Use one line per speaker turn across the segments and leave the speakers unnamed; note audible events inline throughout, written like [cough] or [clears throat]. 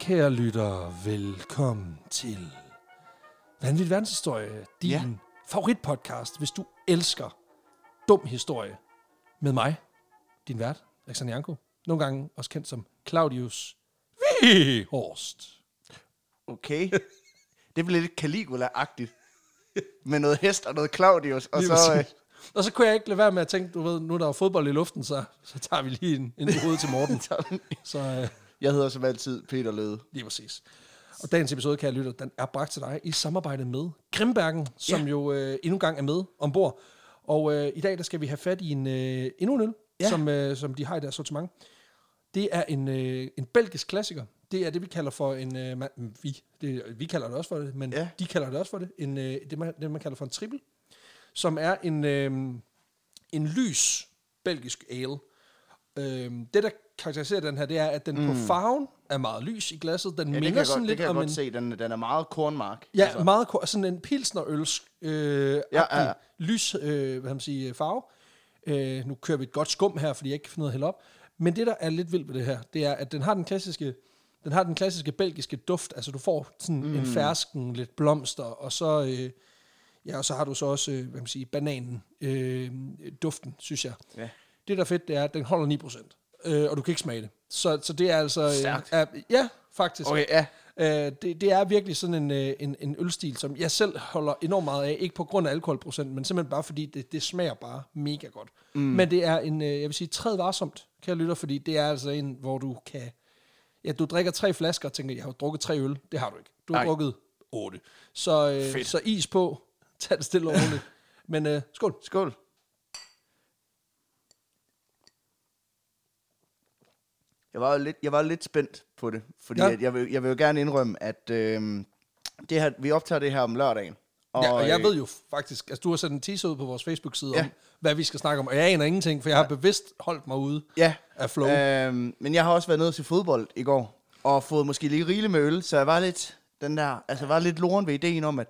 kære lyttere. Velkommen til Vanvittig Verdenshistorie, din
Ja.
ja. favoritpodcast, hvis du elsker dum historie. Med mig, din vært, Alexander Janko. Nogle gange også kendt som Claudius Vihorst.
Okay. Det blev lidt Caligula-agtigt. Med noget hest og noget Claudius. Og så, øh,
[laughs] og så kunne jeg ikke lade være med at tænke, du ved, nu er der er fodbold i luften, så, så tager vi lige en, en hoved til
[laughs]
Morten. så øh,
jeg hedder som altid Peter Løde.
Lige præcis. Og dagens episode, kære lytter, den er bragt til dig i samarbejde med Grimbergen, som ja. jo øh, endnu engang er med ombord. Og øh, i dag, der skal vi have fat i en, øh, endnu en øl, ja.
Ja.
som, øh, som de har i deres sortiment. Det er en, øh, en belgisk klassiker. Det er det, vi kalder for en... Øh, man, vi, det, vi kalder det også for det, men ja.
Ja.
de kalder det også for det. En, øh, det, man, det, man kalder for en triple, som er en, øh, en lys belgisk ale. Øh, det, der karakteriserer den her, det er, at den mm. på farven er meget lys i glasset. Den
Ja, det kan
minder
jeg
sådan
godt, det
lidt
kan jeg
om
godt
en...
se. Den, den er meget kornmark.
Ja, altså. meget kort. Sådan en pilsnerøl øh,
Ja,
ja, ja.
ja.
lys øh, hvad kan man sige, farve. Øh, nu kører vi et godt skum her, fordi jeg ikke kan finde noget helt op. Men det, der er lidt vildt ved det her, det er, at den har den klassiske, den har den klassiske belgiske duft. Altså, du får sådan mm. en fersken, lidt blomster, og så, øh, ja, og så har du så også, øh, hvad kan man sige, bananen, øh, duften, synes jeg.
Ja.
Det, der er fedt, det er, at den holder 9%, øh, og du kan ikke smage det. Så, så det er altså... øh,
Stærkt.
Er, ja, faktisk.
Okay, ja.
Øh, det, det er virkelig sådan en, øh, en, en ølstil, som jeg selv holder enormt meget af. Ikke på grund af alkoholprocent, men simpelthen bare fordi det, det smager bare mega godt. Mm. Men det er en, øh, jeg vil sige, træd varsomt, kan jeg lytte, fordi det er altså en, hvor du kan... Ja, du drikker tre flasker og tænker, jeg har jo drukket tre øl. Det har du ikke. Du har
Nej.
drukket otte. Så, øh,
Fedt.
så is på. Tag det stille og roligt. men øh, skål.
Skål. Jeg var jo lidt, jeg var lidt spændt på det, fordi
Ja.
ja. jeg, jeg, vil, jeg vil jo gerne indrømme, at øh, det her, vi optager det her om lørdagen.
Og, ja, og jeg
øh,
ved jo faktisk, altså du har sendt en teaser ud på vores Facebook-side ja.
Ja.
om, hvad vi skal snakke om, og jeg aner ingenting, for jeg har bevidst holdt mig ude
ja,
af flow.
Øhm, men jeg har også været nede til fodbold i går, og fået måske lige rigeligt med øl, så jeg var lidt, den der, altså var lidt loren ved ideen om, at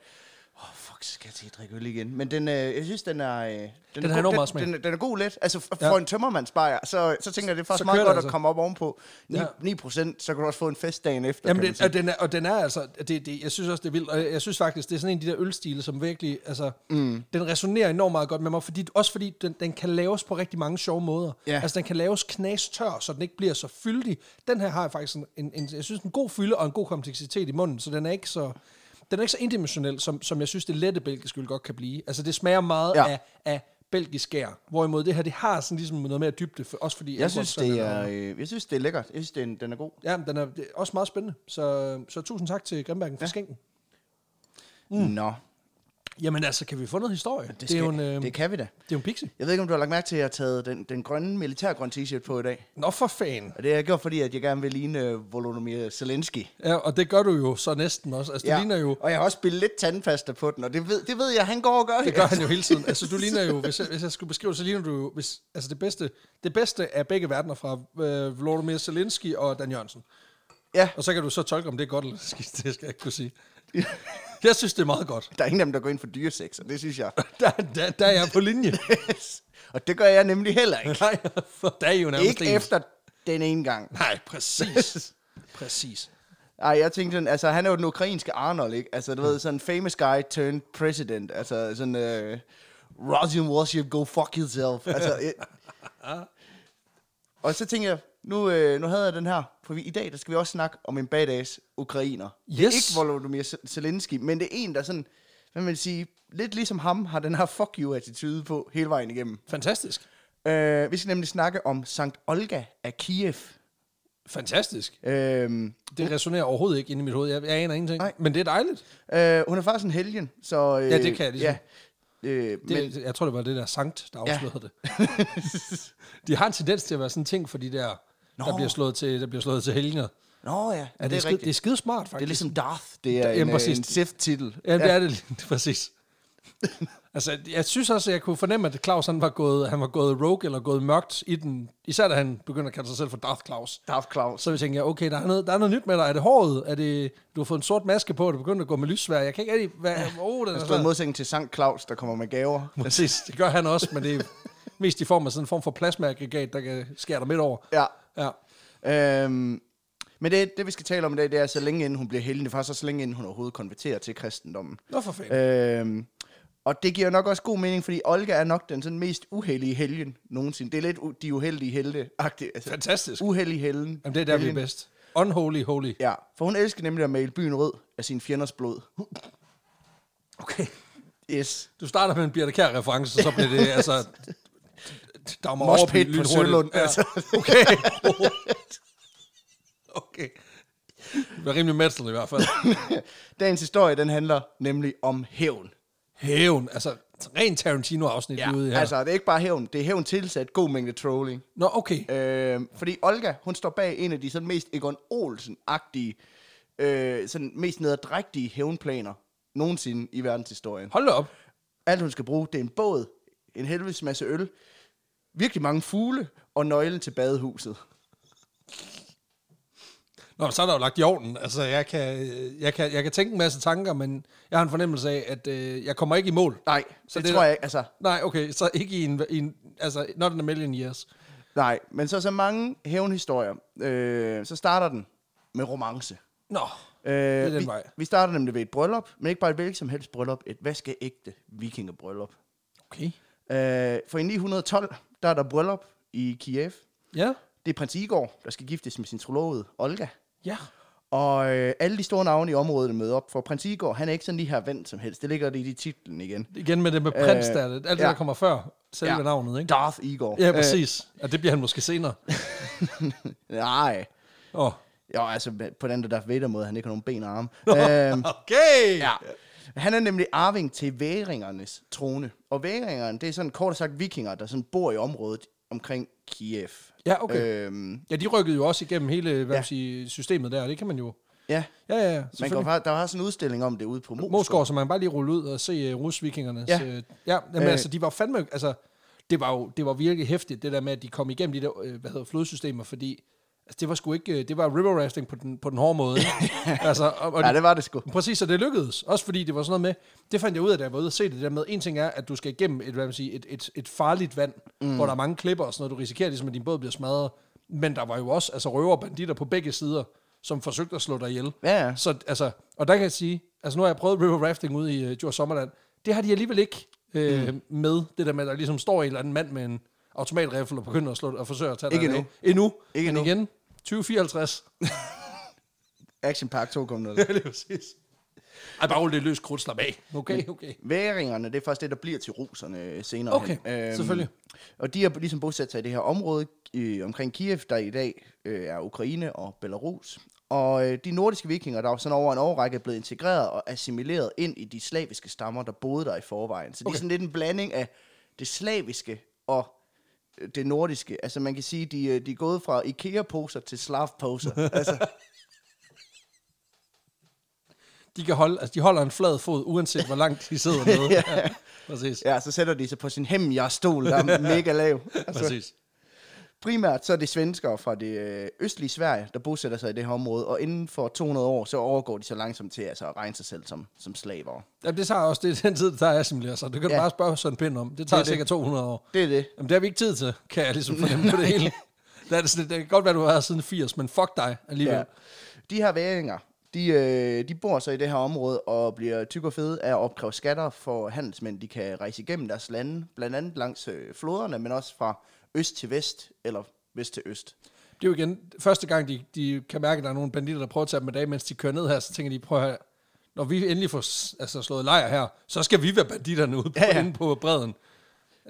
oh, fuck, skal jeg til at drikke øl igen. Men den, øh, jeg synes, den er... Øh, den,
har
er god,
enormt meget smag.
Den, den, den er god let. Altså f-
Ja.
for en tømmermandsbajer, så, så tænker jeg, det er
Så kører
faktisk meget
det
godt
altså.
at komme op ovenpå. 9,
Ja.
9 procent, så kan du også få en fest dagen efter,
Jamen,
kan man
det,
sige.
og, den er, og den er altså, det, det, jeg synes også, det er vildt, og jeg synes faktisk, det er sådan en af de der ølstile, som virkelig, altså, mm. den resonerer enormt meget godt med mig, fordi, også fordi den, den kan laves på rigtig mange sjove måder.
Ja.
Altså, den kan laves knastør, så den ikke bliver så fyldig. Den her har faktisk en, en, en jeg synes, en god fylde og en god kompleksitet i munden, så den er ikke så... Den er ikke så indimensionel, som, som jeg synes, det lette belgiske øl godt kan blive. Altså, det smager meget ja.
Ja.
af, af belgisk gær. Hvorimod det her, det har sådan ligesom noget mere dybde, for, også fordi...
jeg synes, det
alkoholprocenten
er, øh, jeg synes, det er lækkert. Jeg synes, den, den er god.
Ja, men den er det er også meget spændende. Så, så tusind tak til Grimbergen for ja. skænken.
Mm. Nå,
Jamen altså, kan vi få noget historie? Det,
det,
det, er,
skal,
jo en, øh, det,
det kan vi da.
er jo en pixie.
Jeg ved ikke, om du har lagt mærke til, at jeg har taget den, den grønne militærgrønne t-shirt på i dag.
Nå for fanden.
Og det har jeg gjort, fordi at jeg gerne vil ligne øh, Volodymyr Zelensky.
Ja, og det gør du jo så næsten også. Altså, ja. det ligner jo...
Og jeg har også spillet lidt tandpasta på den, og det ved, det ved jeg, han går og gør.
Det gør han jo hele tiden. Altså, du ligner jo, hvis jeg, hvis jeg skulle beskrive det, så ligner du jo, hvis, altså det bedste, det bedste af begge verdener fra øh, Volodymyr Zelensky og Dan Jørgensen.
Ja,
Og så kan du så tolke, om det er godt eller [laughs] skidt, det skal jeg ikke kunne sige. Jeg synes, det er meget godt.
der er ingen af dem, der går ind for dyresex, og det
[laughs]
synes jeg.
Der, der, der er jeg på linje.
og det gør jeg nemlig heller ikke.
Nej, for der er I jo nærmest
Ikke
ens.
efter den ene gang.
Nej, [laughs] præcis. præcis.
Ej, jeg tænkte sådan, altså han er jo den ukrainske Arnold, ikke? Altså du ved, sådan famous guy turned president. Altså sådan, øh, Russian warship, go fuck yourself. Altså, jeg... Og så tænkte jeg, nu, øh, nu havde jeg den her, for vi, i dag der skal vi også snakke om en badass ukrainer. Det er
Yes.
ikke Volodymyr Z- Zelensky, men det er en, der sådan, hvad man vil sige, lidt ligesom ham, har den her fuck you-attitude på hele vejen igennem.
Fantastisk.
Øh, vi skal nemlig snakke om Sankt Olga af Kiev.
Fantastisk.
Øh,
Det resonerer overhovedet ikke inde i mit hoved. Jeg, jeg aner ingenting. Nej.
Nej.
Men det er dejligt.
Øh, hun er faktisk en helgen, så... Øh,
Ja, det kan jeg ligesom.
Ja. Øh, det, men,
Det, men, jeg tror, det var det der sankt, der
Ja.
afslørede ja. det. [laughs] De har en tendens til at være sådan en ting for de der, Nå. der
Nå.
bliver slået til, der bliver slået til helgener. Ja,
nå ja, ja det,
det, er skide,
er
det er
rigtigt.
skide smart,
Det er
faktisk.
ligesom Darth, det er
Ja,
en, øh,
præcis.
en Sith-titel.
Ja, det er det lige- [laughs] præcis. altså, jeg synes også, at jeg kunne fornemme, at Claus han var, gået, han var gået rogue eller gået mørkt i den. Især da han begyndte at kalde sig selv for Darth Claus.
Darth Claus.
Så vi tænkte, jeg, okay, der er, noget, der er noget nyt med dig. Er det håret? Er det, du har fået en sort maske på, og du begynder at gå med lyssvær. Jeg kan ikke rigtig... Hvad, oh, den er
Der står
svær.
Altså, i modsætning til Sankt Claus, der kommer med gaver.
Præcis, det gør han også, men det er mest i form af sådan en form for plasmaaggregat, der kan skære dig midt over.
Ja.
Ja.
Øhm, Men det, det, vi skal tale om i dag, det er, så længe inden hun bliver heldig, det er faktisk også så længe inden hun overhovedet konverterer til kristendommen.
Nå for fanden.
Øhm, og det giver jo nok også god mening, fordi Olga er nok den sådan mest uheldige helgen nogensinde. Det er lidt u- de uheldige helte -agtige. Altså,
Fantastisk.
uheldige helgen.
Jamen, det er der, vi er
helgen.
bedst. Unholy, holy.
Ja, for hun elsker nemlig at male byen rød af sine fjenders blod.
Okay.
Yes.
Du starter med en Birte Kjær reference, så bliver det altså... Der må
Mosh
overbevise
pit på
lynhurtigt.
Sølund.
Ja.
Altså. [laughs]
[laughs] Okay. okay. Det var rimelig metal i hvert fald.
Dagens historie, den handler nemlig om hævn.
Hævn, altså ren Tarantino-afsnit ja, ude i her. Altså.
altså det er ikke bare hævn, det er hævn tilsat god mængde trolling.
Nå, okay.
Øh, fordi Olga, hun står bag en af de sådan mest Egon Olsen-agtige, øh, sådan mest nederdrægtige hævnplaner nogensinde i verdenshistorien.
Hold da op.
Alt hun skal bruge, det er en båd, en helvedes masse øl, virkelig mange fugle og nøglen til badehuset.
Nå, men så er der jo lagt i ovnen. Altså, jeg kan, jeg kan, jeg kan tænke en masse tanker, men jeg har en fornemmelse af, at øh, jeg kommer ikke i mål.
Nej,
Så
så det,
det
det
er
tror
der-
jeg ikke, altså
Nej, okay, så ikke i en, i en altså, not in a million years.
nej. Men så så mange hævnhistorier, øh, så starter den med romance.
Nå,
Øh,
den
vi,
vej.
vi starter nemlig ved et bryllup, men ikke bare et hvilket som helst bryllup, et vaskeægte vikingebryllup.
okay.
Øh, for i 912, der er der bryllup i Kiev.
Ja,
Det er prins Igor, der skal giftes med sin trolovede Olga.
ja.
Og øh, alle de store navne i området møder op, for prins Igor, han er ikke sådan lige her vendt som helst. Det ligger det i titlen igen.
Igen med det med prins, der er det. Alt det,
Øh, ja.
der kommer før selve
Ja. Øh.
navnet, ikke?
Darth Igor.
Ja, præcis. Og det bliver han måske senere.
Øh, nej.
Åh,
[laughs]
oh.
Jo, altså på den der Darth Vader måde, han ikke har nogen ben og arme. øh,
okay.
ja. Han er nemlig arving til væringernes trone. Og væringerne, det er sådan kort sagt vikinger, der sådan bor i området omkring Kiev.
Ja, okay.
Øhm,
Ja, de rykkede jo også igennem hele hvad man
Ja.
siger, systemet der, og det kan man jo.
ja,
Ja, ja, ja.
man går,
selvfølgelig.
fra- der var sådan en udstilling om det ude på Moskva.
Moskov, så man kan bare lige rulle ud og se uh, rusvikingernes...
Ja.
Uh, ja, jamen,
Øh.
altså, de var fandme... Altså, det var jo det var virkelig hæftigt, det der med, at de kom igennem de der, uh, hvad hedder, flodsystemer, fordi altså, det var sgu ikke... øh, det var river rafting på den, på den hårde
[laughs]
måde. ikke? altså, og, og
Ja, det var det sgu.
Præcis, og det lykkedes. Også fordi det var sådan noget med, det fandt jeg ud af, da jeg var ude og se det, det der med, en ting er, at du skal igennem et, hvad man siger, et, et, et farligt vand, mm. hvor der er mange klipper og sådan noget, du risikerer ligesom, at din båd bliver smadret. Men der var jo også altså, røver og banditter på begge sider, som forsøgte at slå dig ihjel.
Ja, ja.
Så, altså, og der kan jeg sige, altså nu har jeg prøvet river rafting ude i uh, Djurs Sommerland, det har de alligevel ikke øh, mm. med, det der med, at der ligesom står en eller anden mand med en automatriffel og begynder at slå dig og forsøger at tage
Ikke
dig
endnu.
af. Endnu.
Ikke
Men
endnu.
igen, 2054.
Action Park
[laughs]
2.0.
Ja, lige præcis. Ej, bare rulle det løs krudt, slap af. Okay,
Mm.
okay.
Væringerne, det er faktisk det, der bliver til ruserne øh, senere
Okay,
hen.
selvfølgelig.
Og de har ligesom bosat sig i det her område øh, omkring Kiev, der i dag øh, er Ukraine og Belarus. Og øh, de nordiske vikinger, der er jo sådan over en årrække blevet integreret og assimileret ind i de slaviske stammer, der boede der i forvejen. Så det
Okay.
er sådan lidt en blanding af det slaviske og øh, det nordiske. Altså man kan sige, de, øh, de er gået fra IKEA-poser til slav-poser.
[laughs]
altså,
De, kan holde, altså, de holder en flad fod, uanset hvor langt de
[laughs]
sidder nede. ja, [laughs] præcis.
ja, så sætter de sig på sin hemmjerstol, der er mega
[laughs]
lav. Altså,
præcis.
Primært så er det svenskere fra det øh, østlige Sverige, der bosætter sig i det her område, og inden for 200 år, så overgår de så langsomt til altså, at regne sig selv som, som slaver.
Jamen, det tager også det, er den tid, det tager at assimilere sig. Det kan ja. du
Ja.
bare spørge Søren Pind om. Det tager
Det er det.
cirka 200 år.
Det er det.
Jamen, det har vi ikke tid til, kan jeg
[laughs]
ligesom fornemme på det hele. Det, er det, sådan, lidt, det kan godt være, du har været her siden 80, men fuck dig alligevel.
Ja. De her væringer, de, øh, de bor så i det her område og bliver tyk og fede af at opkræve skatter for handelsmænd, de kan rejse igennem deres lande, blandt andet langs øh, floderne, men også fra øst til vest, eller vest til øst.
Det er jo igen første gang, de, de kan mærke, at der er nogle banditter, der prøver at tage dem af dag, mens de kører ned her, så tænker de, prøv at høre, når vi endelig får s- altså, slået lejr her, så skal vi være banditterne ude på, ja,
Ja,
ja.
ja.
inde på bredden.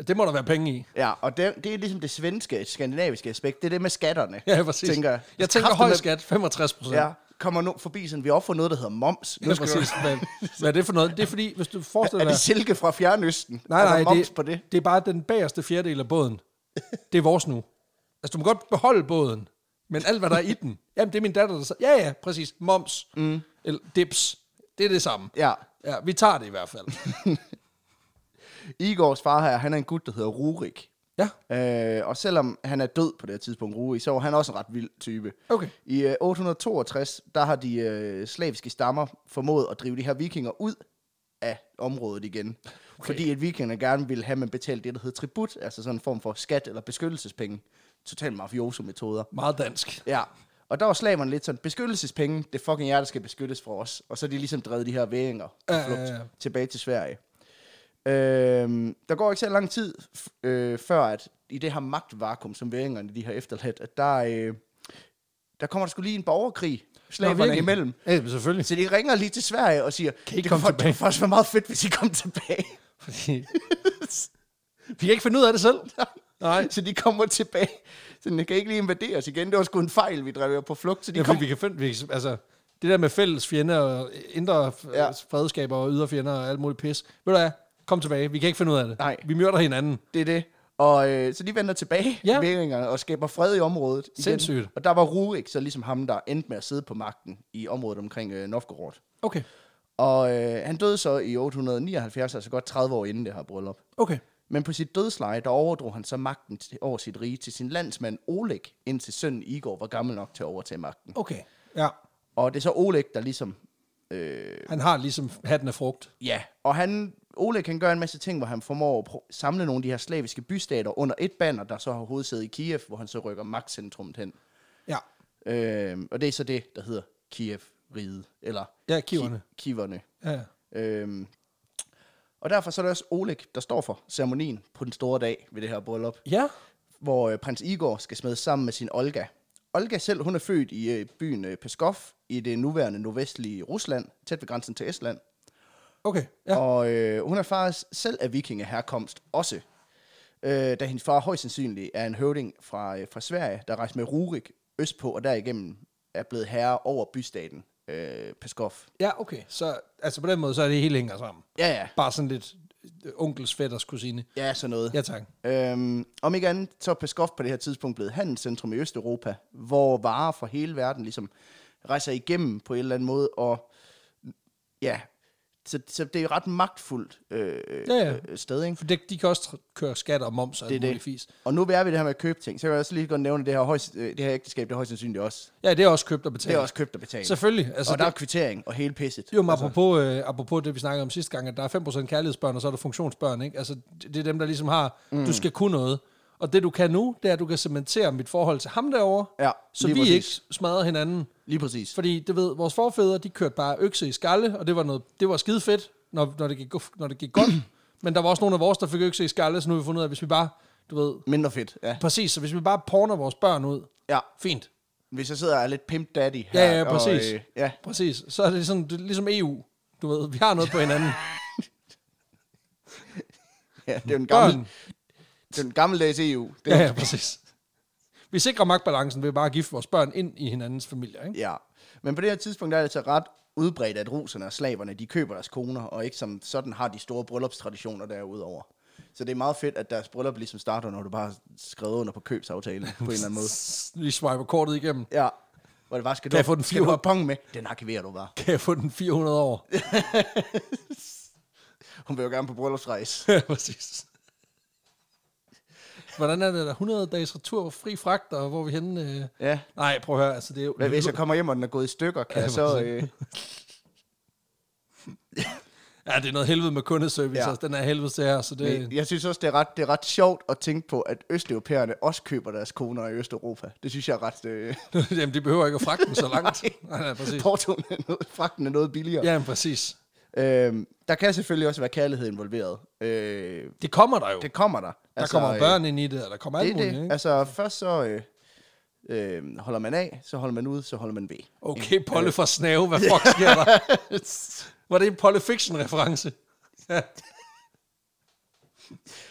Det må der være penge i. [laughs]
Ja, og det, det er ligesom det svenske, skandinaviske aspekt, det er det med skatterne,
Ja, præcis.
tænker jeg.
jeg tænker høj skat, 65 procent.
Ja, kommer nu forbi sådan, vi er oppe for noget, der hedder moms. Nu
Ja,
skal du-
præcis. Hvad, hvad er det for noget? Det er fordi, hvis du
Er
forestiller dig...
det silke fra Fjernøsten?
Nej,
er der
nej,
Altså, moms
det,
på det?
det er bare den bagerste fjerdedel af båden. Det er vores nu. Altså, du må godt beholde båden, men alt, hvad der er i den... [laughs] Jamen, det er min datter, der sagde... Ja, ja, præcis. Moms. Mm. Eller dips. Det er det samme.
Ja.
Ja, vi tager det i hvert
[laughs]
fald.
Igors far her, han er en gut, der hedder Rurik.
Ja,
Øh, og selvom han er død på det her tidspunkt, Rurik, så var han også en ret vild type.
Okay.
I øh, 862, der har de øh, slaviske stammer formået at drive de her vikinger ud af området igen. Okay. Fordi at vikingerne gerne ville have, at man betalte det, der hedder tribut, altså sådan en form for skat eller beskyttelsespenge. Totalt mafioso-metoder.
meget dansk.
Ja, Og der var slaverne lidt sådan, beskyttelsespenge, det er fucking jer, der skal beskyttes for os. Og så er de ligesom drevet de her væringer på
Ja, ja,
flugt
ja.
tilbage til Sverige. Øhm, der går ikke så lang tid, f- øh, før at i det her magtvakuum, som væringerne de har efterladt, at der, øh, der kommer der skulle lige en borgerkrig slaverne
virkelig?
imellem.
Ja, men selvfølgelig.
Så de ringer lige til Sverige og siger,
I komme
det kunne for- det
tilbage?"
kunne faktisk være meget fedt, hvis I kom tilbage.
[laughs] Fordi... Vi kan ikke finde ud af det selv. Nej.
[laughs] så de kommer tilbage. Så den kan ikke lige invaderes igen. Det var sgu en fejl, vi drev på flugt. Så de
Ja,
ja, kom...
fordi vi kan finde, vi, kan- altså, det der med fælles fjender og indre ja.
Ja.
fredskaber og ydre fjender og alt muligt pis. Ved du hvad? Kom tilbage. Vi kan ikke finde ud af det.
Nej.
Vi myrder hinanden.
Det er det. Og øh, så de vender tilbage,
Ja.
ja. væringerne, og skaber fred i området. Igen.
Sindssygt.
Og der var Rurik, så ligesom ham, der endte med at sidde på magten i området omkring øh, Novgorod.
Okay.
Og øh, han døde så i 879, altså godt 30 år inden det her bryllup.
Okay.
Men på sit dødsleje, der overdrog han så magten til, over sit rige til sin landsmand Oleg, indtil sønnen Igor var gammel nok til at overtage magten.
Okay. Ja.
Og det er så Oleg, der ligesom... Øh,
Han har ligesom hatten af frugt.
Ja, og han, Oleg kan gøre en masse ting, hvor han formår at pro- samle nogle af de her slaviske bystater under et banner, der så har hovedsæde i Kiev, hvor han så rykker magtcentrumet hen.
Ja.
Øhm, og det er så det, der hedder Kiev-riget, eller
Ja, kiverne.
Ki- kiverne.
Ja.
Øhm, og derfor så er det også Oleg, der står for ceremonien på den store dag ved det her bryllup,
Ja.
hvor øh, prins Igor skal smedes sammen med sin Olga. Olga selv, hun er født i øh, byen øh, Peskov i det nuværende nordvestlige Rusland, tæt ved grænsen til Estland.
Okay.
Ja.
Ja.
Og øh, hun er faktisk selv af vikingeherkomst også, øh, da hendes far højst sandsynligt er en høvding fra, øh, fra Sverige, der rejste med Rurik østpå, og derigennem er blevet herre over bystaten øh, Peskov.
Ja, okay. Så altså på den måde, så er det hele hænger sammen.
Ja, ja.
Bare sådan lidt øh, onkels fætters kusine.
Ja, sådan noget.
Ja, tak.
Øhm, om ikke andet, så er Peskov på det her tidspunkt blevet handelscentrum i Østeuropa, hvor varer fra hele verden ligesom rejser igennem på en eller anden måde, og ja, så, så det er ret magtfuldt øh,
Ja, ja.
øh, sted, ikke?
For det, de kan også tr- køre skat og moms og
Det er
alt muligt
det.
fis.
Og nu er vi det her med at købe ting. Så kan jeg også lige godt nævne, at det her, højst, øh, det her ægteskab, det er højst sandsynligt også.
Ja, det er også købt og
Det
betalt.
er også købt og betalt.
Selvfølgelig. Altså,
og der er altså- kvittering og hele pisset.
Jo, men apropos, øh, apropos det, vi snakkede om sidste gang, at der er 5% kærlighedsbørn, og så er der funktionsbørn, ikke? Altså, det det er dem, der ligesom har, mm. du skal kunne noget. Og det, du kan nu, det er, at du kan cementere mit forhold til ham derovre,
Ja,
så vi
lige
præcis.
præcis.
ikke smadrer hinanden.
Lige præcis.
Fordi, det ved, vores forfædre, de kørte bare økse i skalle, og det var, noget, det var skide fedt, når, når, det gik, go- når det gik godt. [clears throat] men der var også nogle af vores, der fik økse i skalle, så nu har vi fundet ud af, at hvis vi bare, du ved,
Mindre fedt, ja.
præcis, så hvis vi bare porner vores børn ud,
ja.
fint,
Hvis jeg sidder og er lidt pimp daddy her.
Ja, ja, præcis.
Og, øh, ja.
præcis, så er det, sådan, det er ligesom EU, du ved, vi har
[laughs]
noget på hinanden.
ja, det er jo en gammel,
Børn,
det er jo en gammeldags EU. Det,
Ja, ja, præcis. Vi sikrer magtbalancen ved bare at gifte vores børn ind i hinandens familier, ikke?
ja. Men på det her tidspunkt der er det altså ret udbredt, at ruserne og slaverne, de køber deres koner, og ikke som sådan har de store bryllupstraditioner derudover. Så det er meget fedt, at deres bryllup ligesom starter, når du bare skriver under på købsaftale på en eller anden måde.
Lige swiper kortet igennem.
Ja. Hvor det bare, skal
Kan
du,
jeg få den
skal du have
400?
pong med? Den arkiverer du bare.
Kan jeg få den 400 år?
Hun vil jo gerne på bryllupsrejse.
Ja, [laughs] præcis. Hvordan er det der? 100 dages retur, fri fragt, og hvor er vi henne? Øh...
Ja.
Nej, prøv at høre, altså det er jo...
Hvad, hvis jeg kommer hjem, og den er gået i stykker, kan
Ja,
jeg så...
præcis.
Øh,
Ja, det er noget helvede med kundeservice, ja.
Ja.
altså den er helvede til her, så det...
men jeg synes også, det er, ret, det er ret sjovt at tænke på, at østeuropæerne også køber deres koner i Østeuropa. Det synes jeg er ret... Øh,
[laughs] Jamen, de behøver ikke at fragte den så
[laughs]
langt. nej, nej, præcis.
portoen er noget, fragten er noget billigere.
Ja, men præcis.
Øhm, der kan selvfølgelig også være kærlighed involveret. Øh,
Det kommer der jo. Det,
det kommer der.
der altså, kommer børn ind i det, og der kommer
Øh,
alt
det, er
muligt,
det.
ikke?
Altså, først så øh, øh, holder man af, så holder man ud, så holder man ved.
Okay, Polle fra Snave, hvad fuck sker
[laughs]
der? Var det en Polle Fiction-reference? Ja.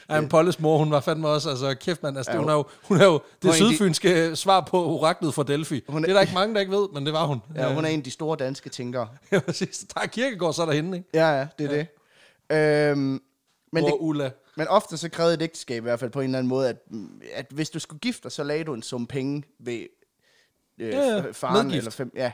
Ej, men Polles mor, hun var fandme også, altså kæft mand, altså,
Ja,
hun
hun-
er jo, hun er jo det
Hun er en af de-
sydfynske svar på oraklet fra Delphi.
Hun er-
det er der ikke mange, der ikke ved, men det var hun. [laughs]
Ja, hun er en af de store danske tænkere.
ja, præcis. Der er Kirkegaard så er derhenne, ikke?
Ja, ja, det er ja. det. Øhm, men,
Men
det,
det... Ulla.
men ofte så krævede et ægteskab i hvert fald på en eller anden måde, at, mm, at hvis du skulle gifte dig, så lagde du en sum penge ved øh,
Ja, ja.
ja, faren.
Medgift.
Eller fem, ja.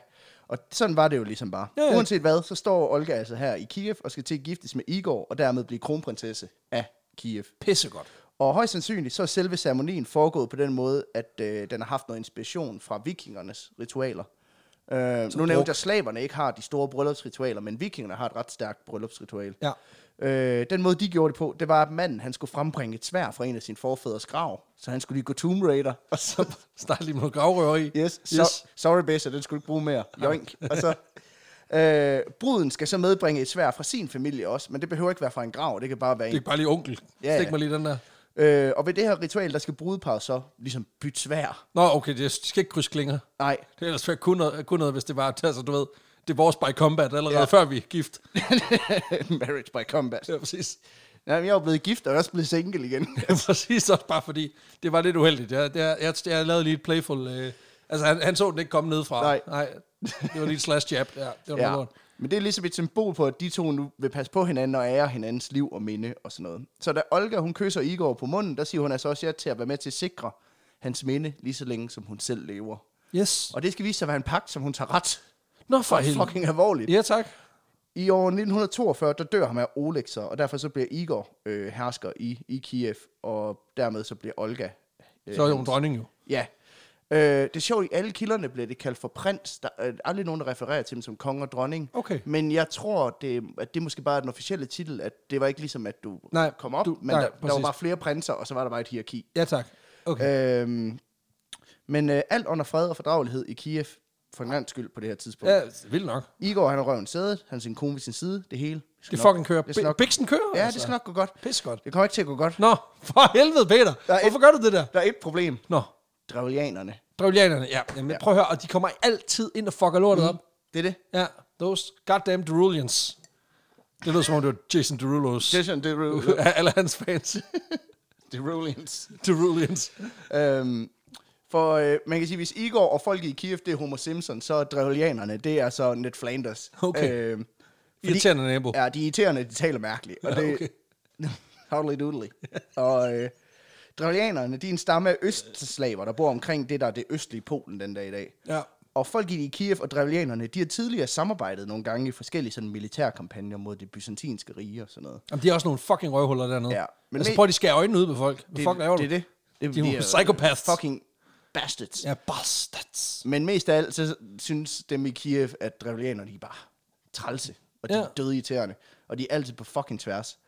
Og sådan var det jo ligesom bare.
Ja, ja.
Uanset hvad, så står Olga altså her i Kiev og skal til at giftes med Igor, og dermed blive kronprinsesse af Kiev.
Pissegodt.
Og højst sandsynligt, så er selve ceremonien foregået på den måde, at øh, den har haft noget inspiration fra vikingernes ritualer. Øh, nu
brug- [laughs]
nævnte jeg, at slaverne ikke har de store bryllupsritualer, men vikingerne har et ret stærkt bryllupsritual.
Ja.
Øh, den måde, de gjorde det på, det var, at manden han skulle frembringe et svær fra en af sine forfædres grav. Så han skulle lige gå Tomb Raider. Og så,
Start lige med noget gravrøveri.
[laughs] yes, so, yes. sorry Bessa, den skulle du ikke bruge mere. Joink. Og så, øh, bruden skal så medbringe et svær fra sin familie også, men det behøver ikke være fra en grav, det kan bare være
Det
en.
er bare lige onkel.
Ja,
Ja,
ja.
Stik mig lige den der.
Øh, og ved det her ritual, der skal brudeparret så ligesom bytte svær.
Nå, okay, det skal ikke krydse klinger.
Nej,
Det er ellers kun noget, kun noget, hvis det var, altså du ved, det er vores by combat allerede
Ja.
ja. før vi er gift.
[laughs] marriage by combat.
Ja, præcis. [laughs]
Nej, men jeg er jo blevet gift, og jeg er også blevet single igen.
Ja, præcis også bare fordi, det var lidt uheldigt. Jeg, jeg, jeg, jeg lavede lige et playful... Øh, altså, han, han så den ikke komme nedefra.
Nej.
Nej. Det var lige et slash jab. Ja, det var [laughs] ja.
ja.
noget lort.
Men det er ligesom et symbol på, at de to nu vil passe på hinanden og ære hinandens liv og minde og sådan noget. Så da Olga, hun kysser Igor på munden, der siger hun altså også ja til at være med til at sikre hans minde lige så længe, som hun selv lever.
Yes.
Og det skal vise sig at være en pagt, som hun tager ret
Nå, for helvede.
fucking alvorligt.
Ja, tak.
I år 1942, der dør ham af Oleg så, og derfor så bliver Igor øh, hersker i, i Kiev, og dermed så bliver Olga... Øh,
Så er jo en dronning jo.
Ja. Øh, det er sjovt, i alle kilderne bliver det kaldt for prins. Der er aldrig nogen, der refererer til dem som konge og dronning.
Okay.
Men jeg tror, det, at det måske bare er den officielle titel, at det var ikke ligesom, at du
Nej,
kom op,
du-
men
nej,
der, der var
præcis.
bare flere prinser, og så var der bare et hierarki.
Ja, tak. Okay.
Øhm, men øh, alt under fred og fordragelighed i Kiev, for en gang skyld på det her tidspunkt.
Ja,
Ja.
vildt nok.
Igor, han har røven sædet, han har sin kone ved sin side, det hele.
Det
nok-
fucking kører. altså.
Det skal
Bi-
nok,
Bixen kører,
ja, det skal nok gå godt.
Pis godt.
Det kommer ikke til at gå godt.
Nå, for helvede, Peter.
er et-
Hvorfor gør du det der?
Der er et problem.
Nå,
Drevlianerne.
drøvlianerne. Ja, jamen, prøv at høre. Og de kommer altid ind og fucker lortet
Mm.
op.
Det er det.
Ja, those goddamn Derulians. Det lyder som om, det var Jason Derulos.
Jason Derulo.
Alle hans
[laughs]
fans.
Derulians.
Derulians.
Øhm, for øh, man kan sige, hvis Igor og folk i Kiev, det er Homer Simpson, så er drevlianerne, det er så Ned Flanders.
Okay.
Øhm,
Irriterende nabo.
ja, de er irriterende, de taler mærkeligt.
[laughs]
Og
Ja,
det, [laughs]
okay.
Howdly doodly. og øh, drevlianerne, de er en stamme af østslaver, der bor omkring det, der er det østlige Polen den dag i dag.
Ja.
Og folk i Kiev og drevlianerne, de har tidligere samarbejdet nogle gange i forskellige sådan, militærkampagner mod det byzantinske rige og sådan noget.
Jamen, de er også nogle fucking røvhuller dernede.
Ja, men
men altså,
me-
prøv at de skære øjnene ud på folk. Hvad
Det,
fuck laver
det, er
du?
det. det
De er nogle psychopaths.
Fucking bastards.
Ja, bastards.
Men mest af alt, så synes dem i Kiev, at drevlianerne, de er bare trælse, og de ja.
Ja.
er døde irriterende, og de er altid på fucking tværs.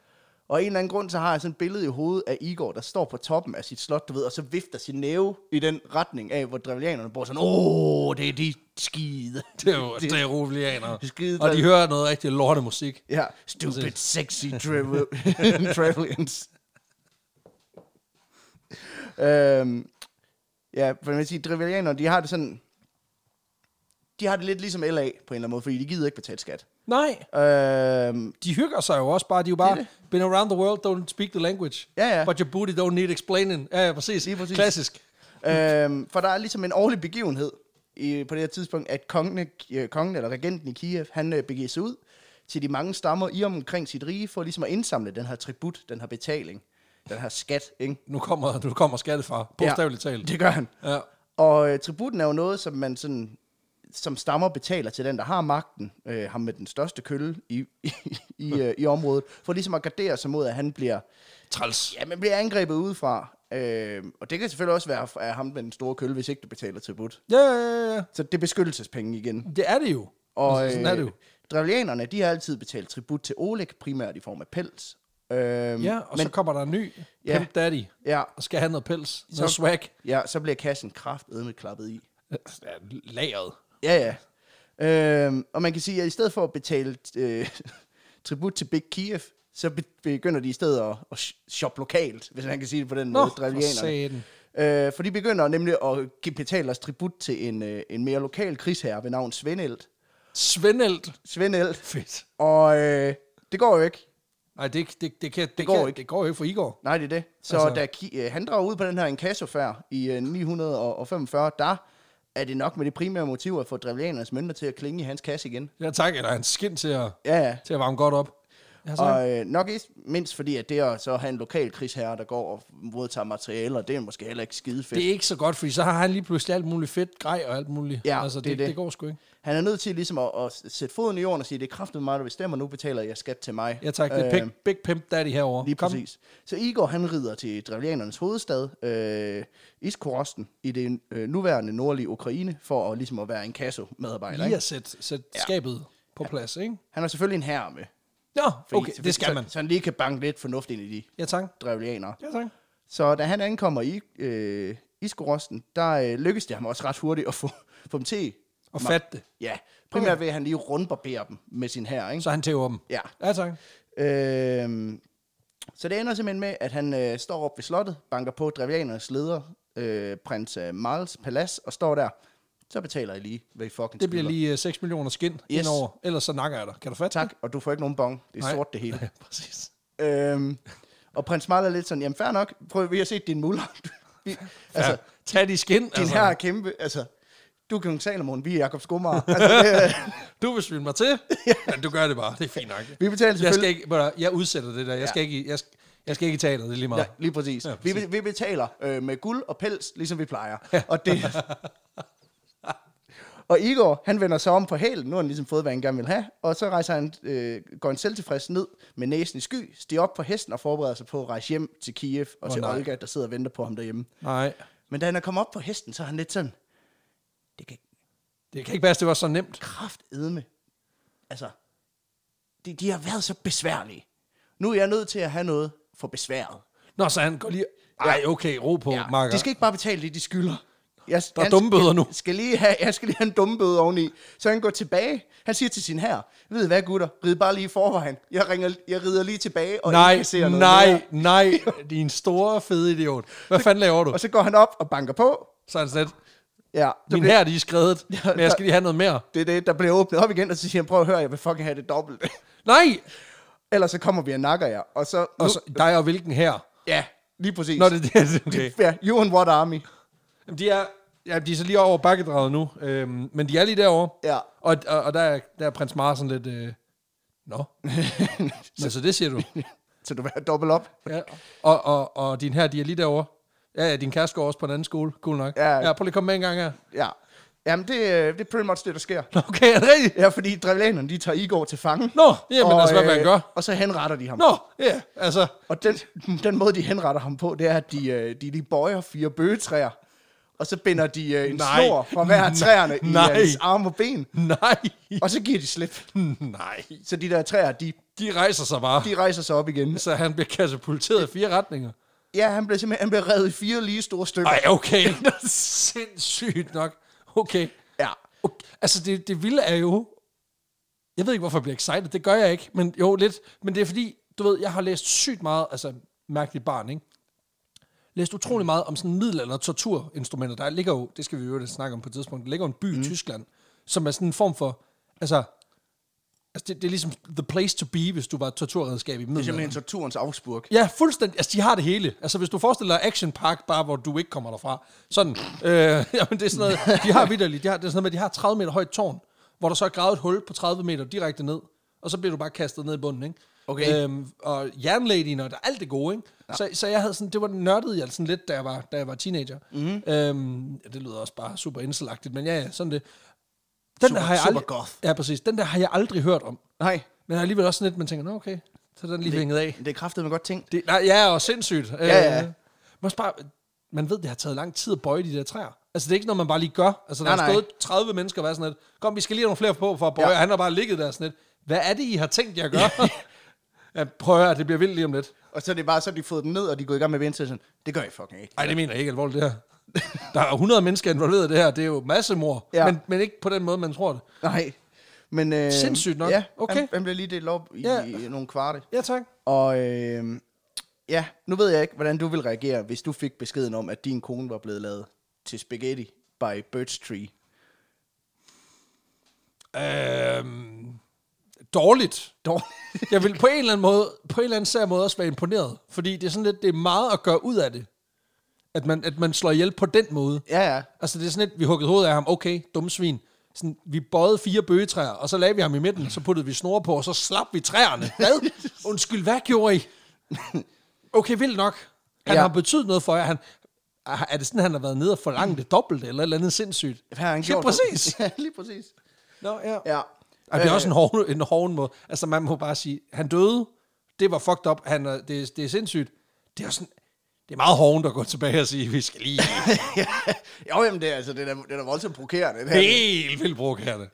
Og af en eller anden grund, så har jeg sådan et billede i hovedet af Igor, der står på toppen af sit slot, du ved, og så vifter sin næve i den retning af, hvor drevlianerne bor sådan, åh, det er de skide.
Det
[laughs]
er jo det er rublianere.
Skide
Og de
dårligt.
hører noget rigtig lorte musik.
Ja, stupid,
Præcis.
sexy [laughs] travel- travelians. øhm, ja, for man kan sige, drevelianer, de har det sådan... De har det lidt ligesom LA på en eller anden måde, fordi de gider ikke betale skat.
Nej,
Øhm,
de hygger sig jo også bare. De er jo bare, been around the world, don't speak the language.
Ja, ja.
But your booty don't need explaining. Ja, ja, præcis.
Lige præcis.
Klassisk.
øhm, for der er ligesom en årlig begivenhed i, på det her tidspunkt, at kongen, øh, kongen eller regenten i Kiev, han øh, begiver sig ud til de mange stammer i og omkring sit rige, for ligesom at indsamle den her tribut, den her betaling, den her skat, ikke?
Nu kommer, nu kommer skattefar, bogstaveligt
ja,
talt.
Det gør han.
Ja.
Og øh, tributen er jo noget, som man sådan, som stammer betaler til den, der har magten, øh, ham med den største kølle i, i,
[laughs]
i, øh, i området, for ligesom at gardere sig mod, at han bliver,
Træls.
ja, man bliver angrebet udefra. Øh, og det kan selvfølgelig også være af ham med den store kølle, hvis ikke du betaler tribut.
Ja, ja, ja, ja.
Så det er beskyttelsespenge igen.
Det er det jo.
Og øh,
altså, sådan er det jo.
Drevlianerne, de har altid betalt tribut til Oleg, primært i form af pels. Øh,
Ja, og men, så kommer der en ny
Ja.
ja. Pimp Daddy,
ja,
og skal have noget pels, noget swag.
ja, så bliver kassen kraftedeme klappet i.
Ja, Lageret.
Ja, ja. Øhm, og man kan sige, at i stedet for at betale øh, [laughs] tribut til Big Kiev, så be- begynder de i stedet at, at sh- shoppe lokalt, hvis man kan sige det på den
Nå,
måde,
for
drevlianerne.
satan.
Øh, for de begynder nemlig at give- betale deres tribut til en, øh, en mere lokal krigsherre ved navn Svendelt.
Svindelt.
Svendelt.
[laughs] Fedt.
Og øh, det går jo ikke.
Nej, det, det, det, kan, det,
går
går kan,
ikke.
ikke. det går jo ikke for Igor.
Nej, det er det. Så altså...
Altså-
da Ki- øh, han drager ud på den her inkassofærd i øh, 945, der er det nok med det primære motiv at få drevlianernes mønter til at klinge i hans kasse igen.
Ja, tak. Eller hans skin til at,
Ja, ja.
til at varme godt op. Ja, så,
Og øh, nok is- mindst fordi, at det at så have en lokal krigsherre, der går og modtager materialer, det er måske heller ikke skide fedt.
det er ikke så godt, fordi så har han lige pludselig alt muligt fedt, grej og alt muligt.
Ja,
altså, det,
det er
det,
det.
det går sgu ikke.
Han er nødt til ligesom at, at sætte foden i jorden og sige, det er kraftigt mig, der bestemmer, nu betaler jeg skat til mig. Øh,
Ja, tak. Det er big, big Pimp Daddy herovre.
Lige Kom. præcis. Så Igor, han rider til drevlianernes hovedstad, øh, Iskorosten, i det øh, nuværende nordlige Ukraine, for at, ligesom at være en kasso medarbejder.
Lige at sætte, sætte
Ja.
ja. skabet på plads, ikke?
Han har selvfølgelig en herre med.
Nå,
Fordi
okay, det skal man.
Så, så han lige kan banke lidt fornuft ind i de
Ja, tak.
drevlianere.
Ja, tak.
Så da han ankommer i øh, Iskorosten, der øh, lykkes det ham også ret hurtigt at få, [laughs] få dem til.
Og fat det.
Ja, primært ved at han lige rundbarberer dem med sin her, ikke?
Så han tæver dem.
Ja.
Ja, tak.
Øhm, så det ender simpelthen med, at han øh, står op ved slottet, banker på Dravianernes leder, øh, prins øh, Miles Palace, og står der. Så betaler jeg lige, hvad I fucking
Det bliver
skylder.
lige øh, 6 millioner skin yes.
Yes.
indover. Ellers så nakker jeg dig. Kan du fatte
[laughs] Tak, og du får ikke nogen bong. Det er
Nej.
Nej. sort det hele.
Præcis.
øhm, og prins Miles er lidt sådan, jamen fair nok, prøv, vi har set din muller. [laughs] vi, altså,
[laughs] Altså, tag de skin.
din
altså.
her er kæmpe, altså, du er Kong Salomon, vi er Jakob Skummer.
[laughs]
altså, det,
Du vil svine mig
[laughs]
til, men du gør det bare. Det er fint nok.
vi betaler
Jeg,
selvfølgelig...
skal ikke, ved du hvad, jeg udsætter det der. Jeg skal ikke, i- jeg, skal- jeg skal ikke i teateret, det er lige meget.
Ja, lige præcis.
Ja,
Ja,
præcis.
præcis. Vi, vi betaler øh, med guld og pels, ligesom vi plejer. Ja. Og det...
[laughs]
Og Igor, han vender sig om på hælen, nu har han ligesom fået, hvad han gerne vil have, og så rejser han, øh, går han selvtilfreds ned med næsen i sky, stiger op på hesten og forbereder sig på at rejse hjem til Kiev og
Åh,
oh, til
nej.
nej. Olga, der sidder og venter på ham derhjemme.
Nej,
Men da han er kommet op på hesten, så er han lidt sådan, det kan
det kan ikke passe, det var så nemt.
kraftedme. Altså, de, de har været så besværlige. Nu er jeg nødt til at have noget for besværet.
Nå, så han går lige... Ej, okay, ro på, ja, Marker.
De skal ikke bare betale det, de skylder. Jeg,
Der er dummebøder nu.
Jeg skal, lige have, jeg skal lige have en dummebøde oveni. Så han går tilbage. Han siger til sin her, ved I hvad gutter, rid bare lige i forvejen. Jeg, ringer, jeg rider lige tilbage og
Nej,
ser noget mere."
nej, nej, din store fede idiot. Hvad fanden laver du?
Og så går han op og banker på.
Så er han sådan lidt,
Ja, der
min
bliver,
her, de er skredet, men jeg skal lige have noget mere.
det er det, der bliver åbnet op igen, og så siger han, prøv at høre, jeg vil fucking have det dobbelt. [laughs]
Nej!
Ellers så kommer vi og nakker jer. Og så, nu,
Og så, dig og hvilken her?
ja, lige præcis.
Nå, det er det, okay.
[laughs] Ja, you and what army.
Jamen, de er, ja, de er så lige over bakkedraget nu, øhm, men de er lige derovre.
Ja. [laughs]
Og, og, og der, er, der er prins Mars sådan lidt, øh,
[laughs]
nå. så, så det siger du.
Så du vil have dobbelt op.
Ja. Og, og, og din her, de er lige derovre. Ja, ja, din kæreste går også på en anden skole. Cool nok.
Ja.
ja prøv lige at komme med en gang her.
Ja. Jamen, det, øh, det er pretty much det, der sker.
Nå, okay, er det rigtigt?
Ja, fordi drevlanerne, de tager Igor til fange.
Nå, jamen og, altså, hvad man gør.
Og så henretter de ham.
Nå, ja, altså,
Og den, den måde, de henretter ham på, det er, at de, øh, de, de bøjer fire bøgetræer. Og så binder de øh, en
Nej.
snor fra hver
[laughs]
af træerne
Nej.
i hans arme og ben.
nej,
Og så giver de slip.
nej.
Så de der træer, de,
De rejser sig bare,
de rejser sig op igen.
så han bliver katapulteret i fire retninger.
Ja, han bliver simpelthen han bliver revet i fire lige store stykker.
Ej, okay, [laughs] sindssygt nok. Okay.
Ja.
okay. Altså, det, det vilde er jo... Jeg ved ikke, hvorfor jeg bliver excited. Det gør jeg ikke. Men jo, lidt. Men det er fordi, du ved, jeg har læst sygt meget... Altså, mærkeligt barn, ikke? Læst utrolig
Mm.
meget om sådan middelalder torturinstrumenter. Der ligger jo... Det skal vi jo snakke om på et tidspunkt. Der ligger jo en by mm. i Tyskland, som er sådan en form for... Altså, altså det, det, er ligesom the place to be, hvis du var et torturredskab i
Det er
middelalderen.
simpelthen torturens afspurg.
Ja, fuldstændig. Altså, de har det hele. Altså, hvis du forestiller dig Action Park, bare hvor du ikke kommer derfra. Sådan. Øh, [laughs] jamen, det er sådan noget, de har vidderligt. De har, det er sådan noget med, at de har et 30 meter højt tårn, hvor der så er gravet et hul på 30 meter direkte ned. Og så bliver du bare kastet ned i bunden, ikke?
Okay.
Øhm, og jernladyen og der, alt det gode, ikke? Så, så jeg havde sådan, det var nørdet jeg sådan lidt, da jeg var, da jeg var teenager.
Mhm.
Mm. Øhm, ja, det lyder også bare super inselagtigt, men ja, ja, sådan det. Den
Super-
der har jeg
super
aldrig,
goth.
Ja, præcis. Den der har jeg aldrig hørt om.
Nej,
Men alligevel også sådan lidt, man tænker, nå okay, så er den lige vinget af.
det er kraftet med godt ting.
Det, nej, ja, og sindssygt. Ja,
ja.
Øh, man, også bare, man ved, det har taget lang tid at bøje de der træer. Altså, det er ikke noget, man bare lige gør. Altså, der
Nej,
har
nej.
stået 30 mennesker og været sådan lidt, kom, vi skal lige have nogle flere på for at bøje, ja.
Ja.
og han har bare ligget der sådan lidt, hvad er det, I har tænkt, jeg [laughs] gør? ja, prøv at høre, det bliver vildt lige om lidt.
Og så er det bare, så har de fået den ned, og de er gået i gang med vindtiden. Det gør jeg fucking ikke.
Nej, det mener jeg ikke alvorligt, det her. Der er 100 mennesker involveret i det her, det er jo masse mor, ja.
Ja.
men, men ikke på den måde, man tror det.
Nej. Men, øh,
Sindssygt nok.
Ja,
Okay.
han, han bliver lige delt op i,
Ja.
ja. i nogle kvarte.
Ja, tak.
Og øh, ja, nu ved jeg ikke, hvordan du vil reagere, hvis du fik beskeden om, at din kone var blevet lavet til spaghetti by Birch Tree.
Øhm, dårligt.
Dårligt.
Jeg vil på en eller anden måde, på en eller anden sær måde også være imponeret, fordi det er sådan lidt, det er meget at gøre ud af det, at man, at man slår ihjel på den måde.
ja, ja.
Altså det er sådan lidt, vi huggede hovedet af ham, okay, dumme svin. Sådan, vi bøjede fire bøgetræer, og så lagde vi ham i midten, og så puttede vi snore på, og så slap vi træerne.
[laughs]
Hvad? Undskyld, hvad gjorde I? Okay, vildt nok. Han ja.
Ja.
har betydet noget for jer. Han, er det sådan, han har været nede og forlangt det dobbelt, eller et eller andet sindssygt?
Hvad har han
Ja,
gjort?
præcis.
[laughs] ja, lige præcis.
Nå, ja.
Ja.
Ej, det er
Øh,
også en hård, en hård måde. Altså, man må bare sige, han døde, det var fucked up, han, er- det, er- det er sindssygt. Det er også sådan, det er meget hårdt at gå tilbage og sige, vi skal
[laughs]
lige
jo, jamen, det er, altså, det er, da- det er da voldsomt provokerende. Det her.
helt vildt bruge her det.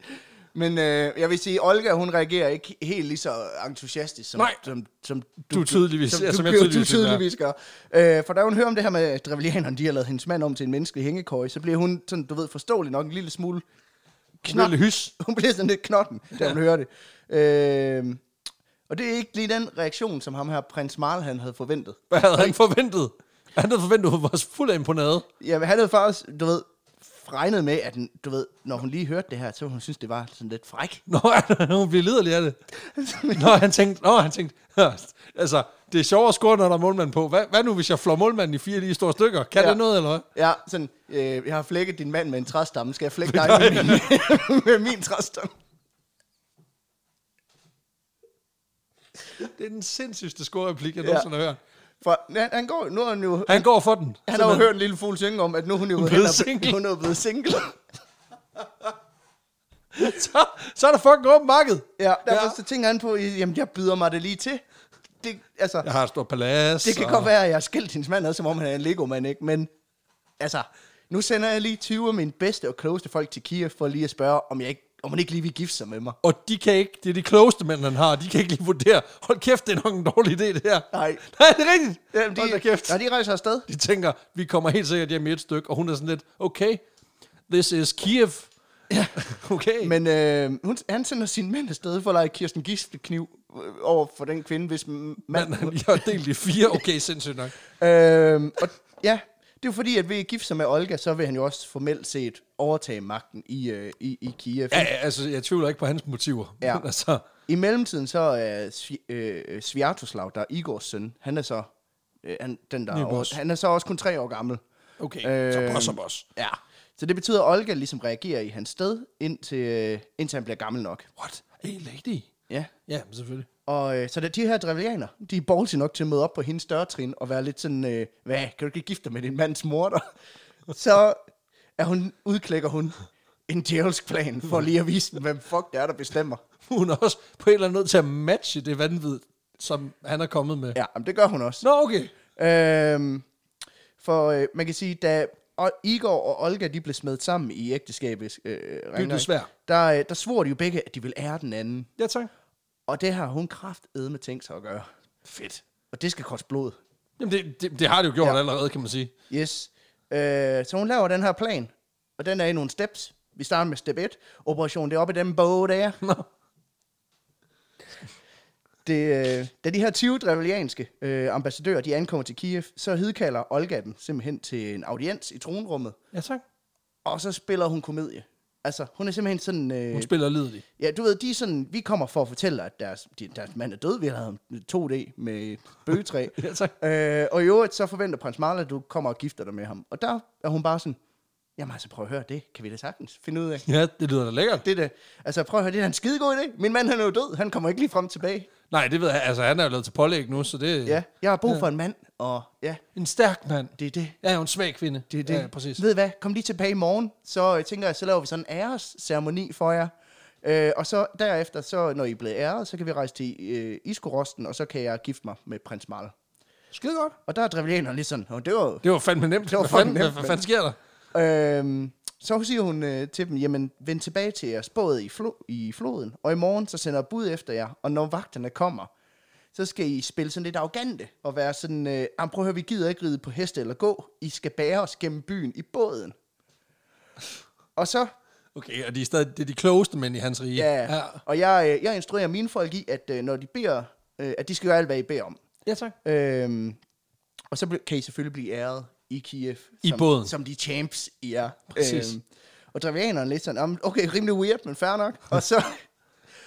Men øh, jeg vil sige, Olga, hun reagerer ikke helt lige så entusiastisk, som,
Nej.
som, som
Du tydeligvis- ja, som
som,
jeg
du,
tydeligvis
du
vil
tydeligvis gør. Øh, for da hun hører om det her med, at drevelianerne, de har lavet hendes mand om til en menneskelig hængekøje, så bliver hun, sådan, du ved, forståelig nok en lille smule [laughs]
Knap. hys.
hun bliver sådan lidt knotten, da hun hører det. Øh, og det er ikke lige den reaktion, som ham her prins Marl, han havde forventet.
Hvad havde han forventet? Han havde forventet, at hun var fuld af imponade.
Ja, men han havde faktisk, du ved, regnet med, at den- du ved, når hun lige hørte det her, så ville hun synes, det var sådan lidt fræk.
Nå, [laughs] hun bliver liderlig af det. Nå, han tænkte, nå, han tænkte, [laughs] altså, det er sjovere at score, når der er målmand på. Hvad, hvad nu, hvis jeg flår målmanden i fire lige store stykker? Kan ja.
Ja.
det noget, eller hvad?
Ja, sådan, øh, jeg har flækket din mand med en træstamme, skal jeg flække dig med min, med min [laughs] træstamme?
Det er den sindssygste score-replik, jeg
Ja.
nogensinde har hørt.
For han, han går, nu er han jo,
Han går for den.
han har jo
Simpelthen.
hørt en lille fugl synge om, at nu er hun jo
Hun er
gået hen
blevet
og-
single.
Hun er jo blevet single.
[laughs] så, så er der fucking åben marked.
Ja, derfor
Ja.
ja. så tænker han på, jamen jeg byder mig det lige til. Det, altså,
Jeg har et stort palads.
Det kan
og-
godt være, at jeg har skilt hendes mand ad, som om han er en legomand, ikke? Men altså, nu sender jeg lige 20 af mine bedste og klogeste folk til Kiev for lige at spørge, om, jeg ikke, om hun ikke lige vil gifte sig med mig.
Og de kan ikke, det er de klogeste mænd, han har, de kan ikke lige vurdere, hold kæft, det er nok en dårlig idé, det her.
Nej.
[laughs] Nej, det er rigtigt.
Jamen, de,
hold da kæft.
Når de rejser afsted.
De tænker, vi kommer helt sikkert hjem i et stykke, og hun er sådan lidt, okay, this is Kiev. Ja. [laughs] Okay. Men,
Men øh, hun, han sender sin mand afsted for at lege Kirsten Gisle kniv øh, over for den kvinde, hvis mand...
Men han har delt i fire, okay, sindssygt nok.
Øh, og, ja, det er jo fordi, at ved at gifte sig med Olga, så vil han jo også formelt set overtage magten i, øh, i, i Kiev.
Ja, ja, altså, jeg tvivler ikke på hans motiver.
Ja.
Men [laughs] altså,
I mellemtiden så er Svi- øh, Sviatoslav, der er Igors søn, han er så, øh, han, den der
Ny
er
boss.
over, han er så også kun tre år gammel.
okay, øh, så
Øhm,
boss og boss.
Ja. Så det betyder, at Olga ligesom reagerer i hans sted, indtil, øh, indtil han bliver gammel nok.
What? Hey, lady.
Ja.
Ja, men selvfølgelig.
Og øh, så det, de her drevlianer, de er ballsy nok til at møde op på hendes dørtrin og være lidt sådan, øh, hvad, kan du ikke gifte dig med din mands morter? [laughs] så er hun, udklækker hun en djævelsk plan for lige at vise dem, hvem fuck det er, der bestemmer.
Hun er også på en eller anden nødt til at matche det vanvid, som han er kommet med. Ja.
Ja, men det gør hun også.
Nå, okay.
Øhm, for øh, man kan sige, da O- Igor og Olga de blev smedt sammen i ægteskabet, øh, ringer,
desværre.
der, øh, der svor de jo begge, at de ville ære den anden.
Ja, tak.
Og det har hun kraftedme tænkt sig at gøre.
Fedt.
Og det skal koste blod.
Jamen, det, det, det har det jo gjort ja. allerede, kan man sige.
Yes. Øh, så hun laver den her plan. Og den er i nogle steps. Vi starter med step 1. Operationen, det er oppe i den båd der.
Nå.
Det, øh, da de her 20 drevelianske øh, ambassadører, de ankommer til Kiev, så hidkalder Olga dem simpelthen til en audiens i tronrummet.
Ja, tak.
Og så spiller hun komedie. Altså, hun er simpelthen sådan... Øh,
Hun spiller lidelig.
ja, du ved, de er sådan... Vi kommer for at fortælle dig, at deres, de, deres mand er død. Vi har lavet en 2D med bøgetræ.
Ja, tak.
øh, og i øvrigt, så forventer prins Marla, at du kommer og gifter dig med ham. Og der er hun bare sådan... Jamen altså, prøv at høre det. Kan vi da sagtens finde ud af?
Ja, det lyder da lækkert.
Det der. Altså, prøv at høre, det er da en skidegod idé. Min mand, han er jo død. Han kommer ikke lige frem tilbage.
Nej, det ved jeg. Altså, han er jo lavet til pålæg nu, så det...
Ja, jeg har brug for en mand, og ja,
En stærk mand.
det er det.
Ja, en svag kvinde.
Det er det.
Ja, præcis.
Ved I hvad? Kom lige tilbage i morgen, så øh, tænker jeg, så laver vi sådan en æresceremoni for jer. Øh, og så derefter, så når I er blevet æret, så kan vi rejse til øh, Iskorosten, og så kan jeg gifte mig med prins Marl.
Skide godt.
Og der er drevlianerne lidt sådan, og det var...
Det var fandme nemt. Det
var
var hvad fanden,
fucking nemt,
Hvad fanden sker der?
Øh, så siger hun øh, til dem, jamen vend tilbage til jeres båd i, flo- i floden, og i morgen så sender jeg bud efter jer, og når vagterne kommer, så skal I spille sådan lidt arrogante, og være sådan, øh, "Jamen, prøv at høre, vi gider ikke ride på heste eller gå, I skal bære os gennem byen i båden. Og så
Okay, og de er stadig det er de klogeste mænd i hans rige.
Ja, ja. og jeg, øh, jeg instruerer mine folk i, at øh, når de beder, øh, at de skal gøre alt, hvad I beder om.
ja tak.
Øhm, og så bl- kan I selvfølgelig blive æret i Kiev.
I
som,
båden.
Som de champs I er. Øhm,
Præcis.
og dravianerne lidt sådan, "Jamen, okay, rimelig weird, men fair nok. Og så,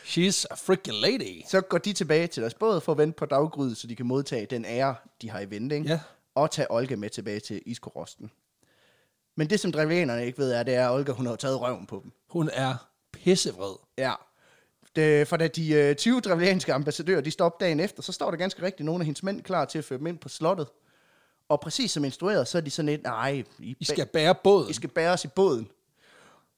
She's a freaking lady.
så går de tilbage til deres båd for at vente på daggryet, så de kan modtage den ære, de har i vente. Ikke?
Ja.
Og tage Olga med tilbage til Iskorosten. Men det, som dravianerne ikke ved, er, det er, at Olga hun har jo taget røven på dem.
Hun er pissevred.
Ja. Det, for da de øh, 20 drevlianske ambassadører, de står op dagen efter, så står der ganske rigtigt nogle af hendes mænd klar til at føre dem ind på slottet. Og præcis som instrueret, så er de sådan lidt, nej, I,
I skal bære båden.
I skal bære os i båden.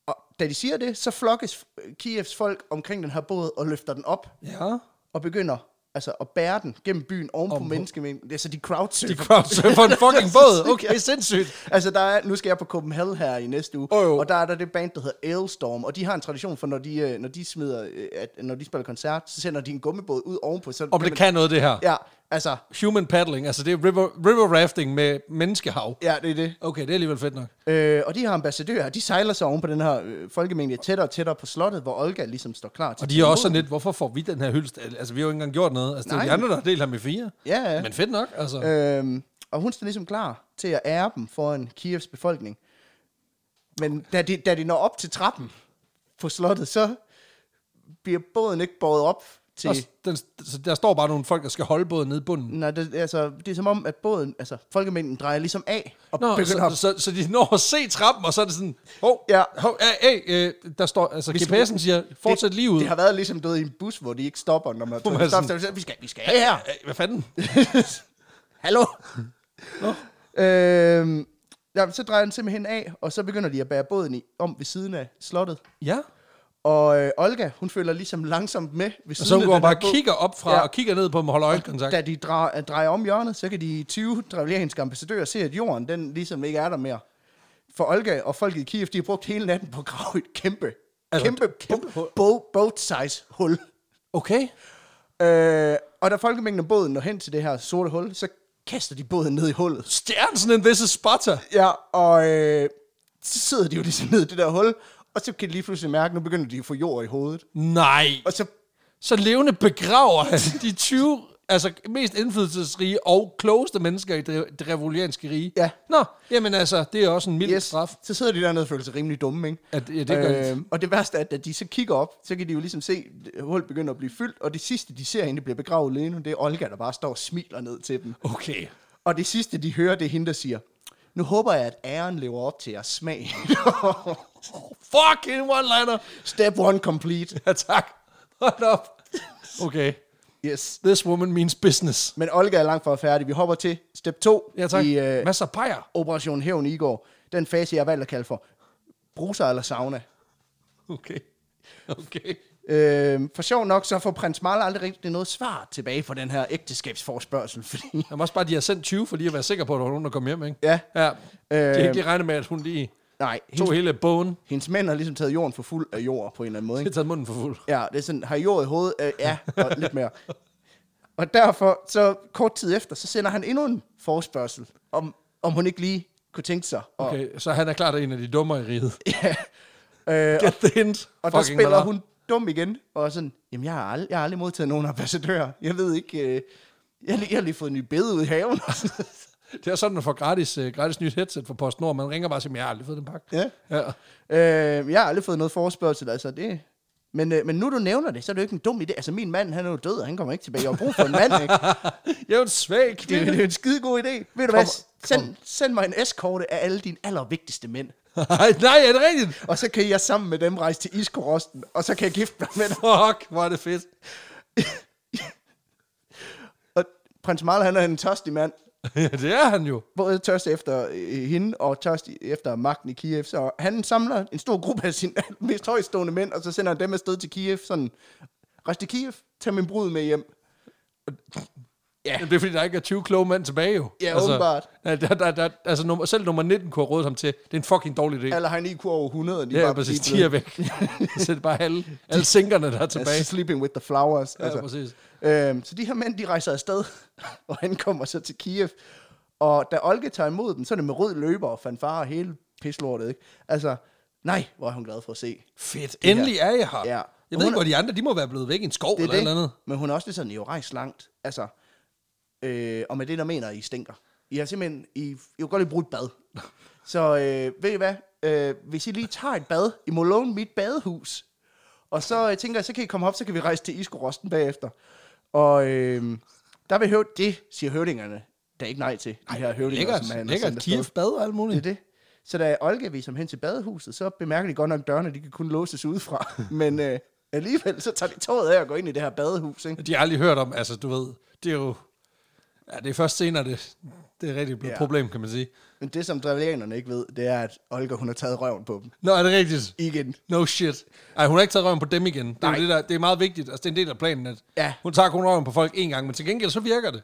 Og da de siger det, så flokkes øh, Kievs folk omkring den her båd og løfter den op
Ja.
og begynder altså, og bære den gennem byen oven på
Ovenpå.
menneskemængden. Det er så
[laughs]
de
De
crowdsurfer.
crowdsurfer en fucking båd. Okay, sindssygt.
Altså, der er, nu skal jeg på Copenhagen her i næste uge,
Åh, jo.
og der er der det band, der hedder Ailstorm, og de har en tradition for, når de, øh, når de, smider, øh, at, når de spiller koncert, så sender de en gummibåd ud ovenpå. Så
Om det kan noget, det her.
Ja, altså,
Human paddling, altså det er river, river rafting med menneskehav.
ja, det er det.
Okay, det er alligevel fedt nok.
Øh, og de har ambassadører, og de sejler sig oven på den her øh, folkemængde tættere og tættere på slottet, hvor Olga ligesom står klar til
Og de er også sådan lidt, hvorfor får vi den her hyldest? Altså, vi har jo ikke engang gjort noget. Altså, det er jo de
Nej.
andre, der har delt ham i fire.
Ja, ja.
Men fedt nok, altså.
Øhm, og hun står ligesom klar til at ære dem foran Kievs befolkning. Men da de, da de når op til trappen på slottet, så bliver båden ikke båret op til...
Også, den, så der står bare nogle folk, der skal holde båden nede i bunden.
Nej, det, altså, det er som om, at båden, altså folkemængden drejer ligesom af og
Nå,
begynder
så,
at...
så, så, de når at se trappen, og så er det sådan, hov,
Ja.
hov æ, æ, æ, der står, altså
skal-
GPS'en siger, fortsæt
det,
lige ud.
Det har været ligesom død i en bus, hvor de ikke stopper, når man...
Hvor man
Stop,
er
stop,
sådan-
stop, vi skal, vi skal have her!
Æ, hvad fanden?
Hallo?
Nå.
øhm, ja, så drejer den simpelthen af, og så begynder de at bære båden i, om ved siden af slottet.
Ja.
Og øh, Olga, hun følger ligesom langsomt med ved
Og
siden
så
af
går hun
den her
bare og
båd.
kigger op fra,
Ja.
ja. og kigger ned på dem og holder øjenkontakt.
Da de drejer, drejer om hjørnet, så kan de 20 drevlianske ambassadører se, at jorden den ligesom ikke er der mere. For Olga og folket i Kiev, de har brugt hele natten på at grave et kæmpe, altså,
Altså,
kæmpe,
et kæmpe
kæmpe
hul.
bo- boat-size hul.
Okay.
Øh, og da folkemængden af båden når hen til det her sorte hul, så kaster de båden ned i hullet.
Stjernsen and this is spotter.
Ja, og øh, så sidder de jo ligesom ned i det der hul, og så kan de lige pludselig mærke, at nu begynder de at få jord i hovedet.
Nej.
Og så
Så levende begraver han de 20 altså, mest indflydelsesrige og klogeste mennesker i det, det revolutionære rige.
Ja.
Nå, jamen altså, det er også en mild yes. straf.
Så sidder de dernede og føler sig rimelig dumme, ikke?
At, ja, det gør øh,
Øhm, og det værste er, at da de så kigger op, så kan de jo ligesom se, at hullet begynder at blive fyldt, og det sidste, de ser, inden det bliver begravet lige nu, det er Olga, der bare står og smiler ned til dem.
Okay.
Og det sidste, de hører, det er hende, der siger, nu håber jeg, at æren lever op til jeres
[laughs]
smag.
Fucking one-liner.
Step one complete.
Ja, tak. Hold op. Okay.
Yes.
This woman means business.
Men Olga er langt fra færdig. Vi hopper til step 2
Ja, tak.
i øh,
Masser af pejer.
Operation Hævn i går. Den fase, jeg har valgt at kalde for bruser eller sauna.
Okay. Okay.
Øhm, for sjov nok, så får prins Marl aldrig rigtig noget svar tilbage på den her ægteskabsforspørgsel, [laughs] fordi
Jeg må også bare, de har sendt 20, for lige at være sikker på, at der var nogen, der kom hjem, ikke?
Ja.
ja. De har
Øhm.
ikke lige regnet med, at hun lige
Nej, hendes,
tog hele bogen.
hendes mænd har ligesom taget jorden for fuld af jord på en eller anden måde.
Det har [laughs]
Ikke?
taget munden for fuld.
Ja, det er sådan, har I jord i hovedet? Øh, ja, og lidt mere. Og derfor, så kort tid efter, så sender han endnu en forspørgsel, om, om hun ikke lige kunne tænke sig. Og,
Okay, så han er klart en af de dummere i riget.
[laughs] ja. øh,
Get the hint.
og der
Fucking
spiller
Ballard.
hun dum igen, og er sådan, jamen jeg har, ald- jeg har aldrig modtaget nogen ambassadør. Jeg ved ikke, øh, jeg, har lige- jeg har lige fået en ny bede ud i haven. [laughs]
Det er sådan, man får gratis, uh, gratis nyt headset fra PostNord. Man ringer bare og siger, jeg har aldrig fået den pakke.
ja.
Ja.
Øh, jeg har aldrig fået noget forespørgsel, altså det... Men, øh, men nu du nævner det, så er det jo ikke en dum idé. Altså min mand, han er jo død, og han kommer ikke tilbage. Jeg har brug for en mand, ikke?
Jeg er jo en svag
Det,
kvinde.
det er en skide god idé. Ved du
Kom,
hvad? Send, send mig en eskorte af alle dine allervigtigste mænd.
[laughs] Nej, nej, er det rigtigt?
Og så kan jeg sammen med dem rejse til Iskorosten, og så kan jeg gifte mig med dem.
Fuck, hvor er det fedt. [laughs]
Og prins Marl, han er en tørstig mand.
ja, det er han jo.
Både tørstig efter øh, hende, og tørstig efter magten i Kiev. Så han samler en stor gruppe af sine mest højstående mænd, og så sender han dem afsted til Kiev. Sådan, rejse til Kiev, tag min brud med hjem.
Ja. Det er fordi, der ikke er 20 kloge mænd tilbage jo.
Ja, åbenbart.
Ja, Der, der, der, altså, nummer, selv nummer 19 kunne have rådet ham til. Det er en fucking dårlig idé.
Eller har han IQ over 100, og de
Ja, ja
bare
præcis.
lige
De er væk.
[laughs]
[laughs] Så er det bare alle, alle sinkerne, der er
blevet-
tilbage.
Sleeping with the flowers.
Ja,
altså.
præcis.
Øhm, så de her mænd, de rejser afsted, [laughs] og han kommer så til Kiev. Og da Olga tager imod dem, så er det med rød løber og fanfare og hele pislortet, ikke? Altså, nej, hvor er hun glad for at se.
Fedt. Endelig er jeg her.
Ja.
Ja. Jeg
Hun
ved
er-
ikke, hvor de andre, de må være blevet væk i en skov
Det
eller
er
et eller andet.
det, men hun er også lidt sådan, I har jo rejst langt. Altså, øh, og med det, der mener, I stinker. I har simpelthen, I, I vil godt lige bruge et
[laughs]
bad. Så øh, ved I hvad? Øh, hvis I lige tager et bad, I må låne mit badehus. Og så øh, tænker jeg, så kan I komme op, så kan vi rejse til Iskorosten bagefter. Og øh, der vil høv det, siger høvdingerne. Der er ikke nej til, de her høvdinger,
Lækkert,
som han har
lækkert
sendt afsted.
Kiev bad og alt
Det er
muligt.
det. Så da Olga viser ham hen til badehuset, så bemærker de godt nok, at dørene de kan kun låses udefra.
[laughs]
Men øh, alligevel, så tager de tåret af og går ind i det her badehus. Ikke?
De har aldrig hørt om, altså du ved, det er jo... Ja, det er først senere, det, det er rigtig blevet
Ja.
et problem, kan man sige.
Men det, som drevlianerne ikke ved, det er, at Olga, hun har taget røven på dem.
Nå, er det rigtigt?
Igen.
No shit. Ej, hun har ikke taget røven på dem igen. Det er,
Nej.
jo det, der, det er meget vigtigt. Altså, det er en del af planen, at
Ja.
hun tager kun røven på folk én gang, men til gengæld så virker det.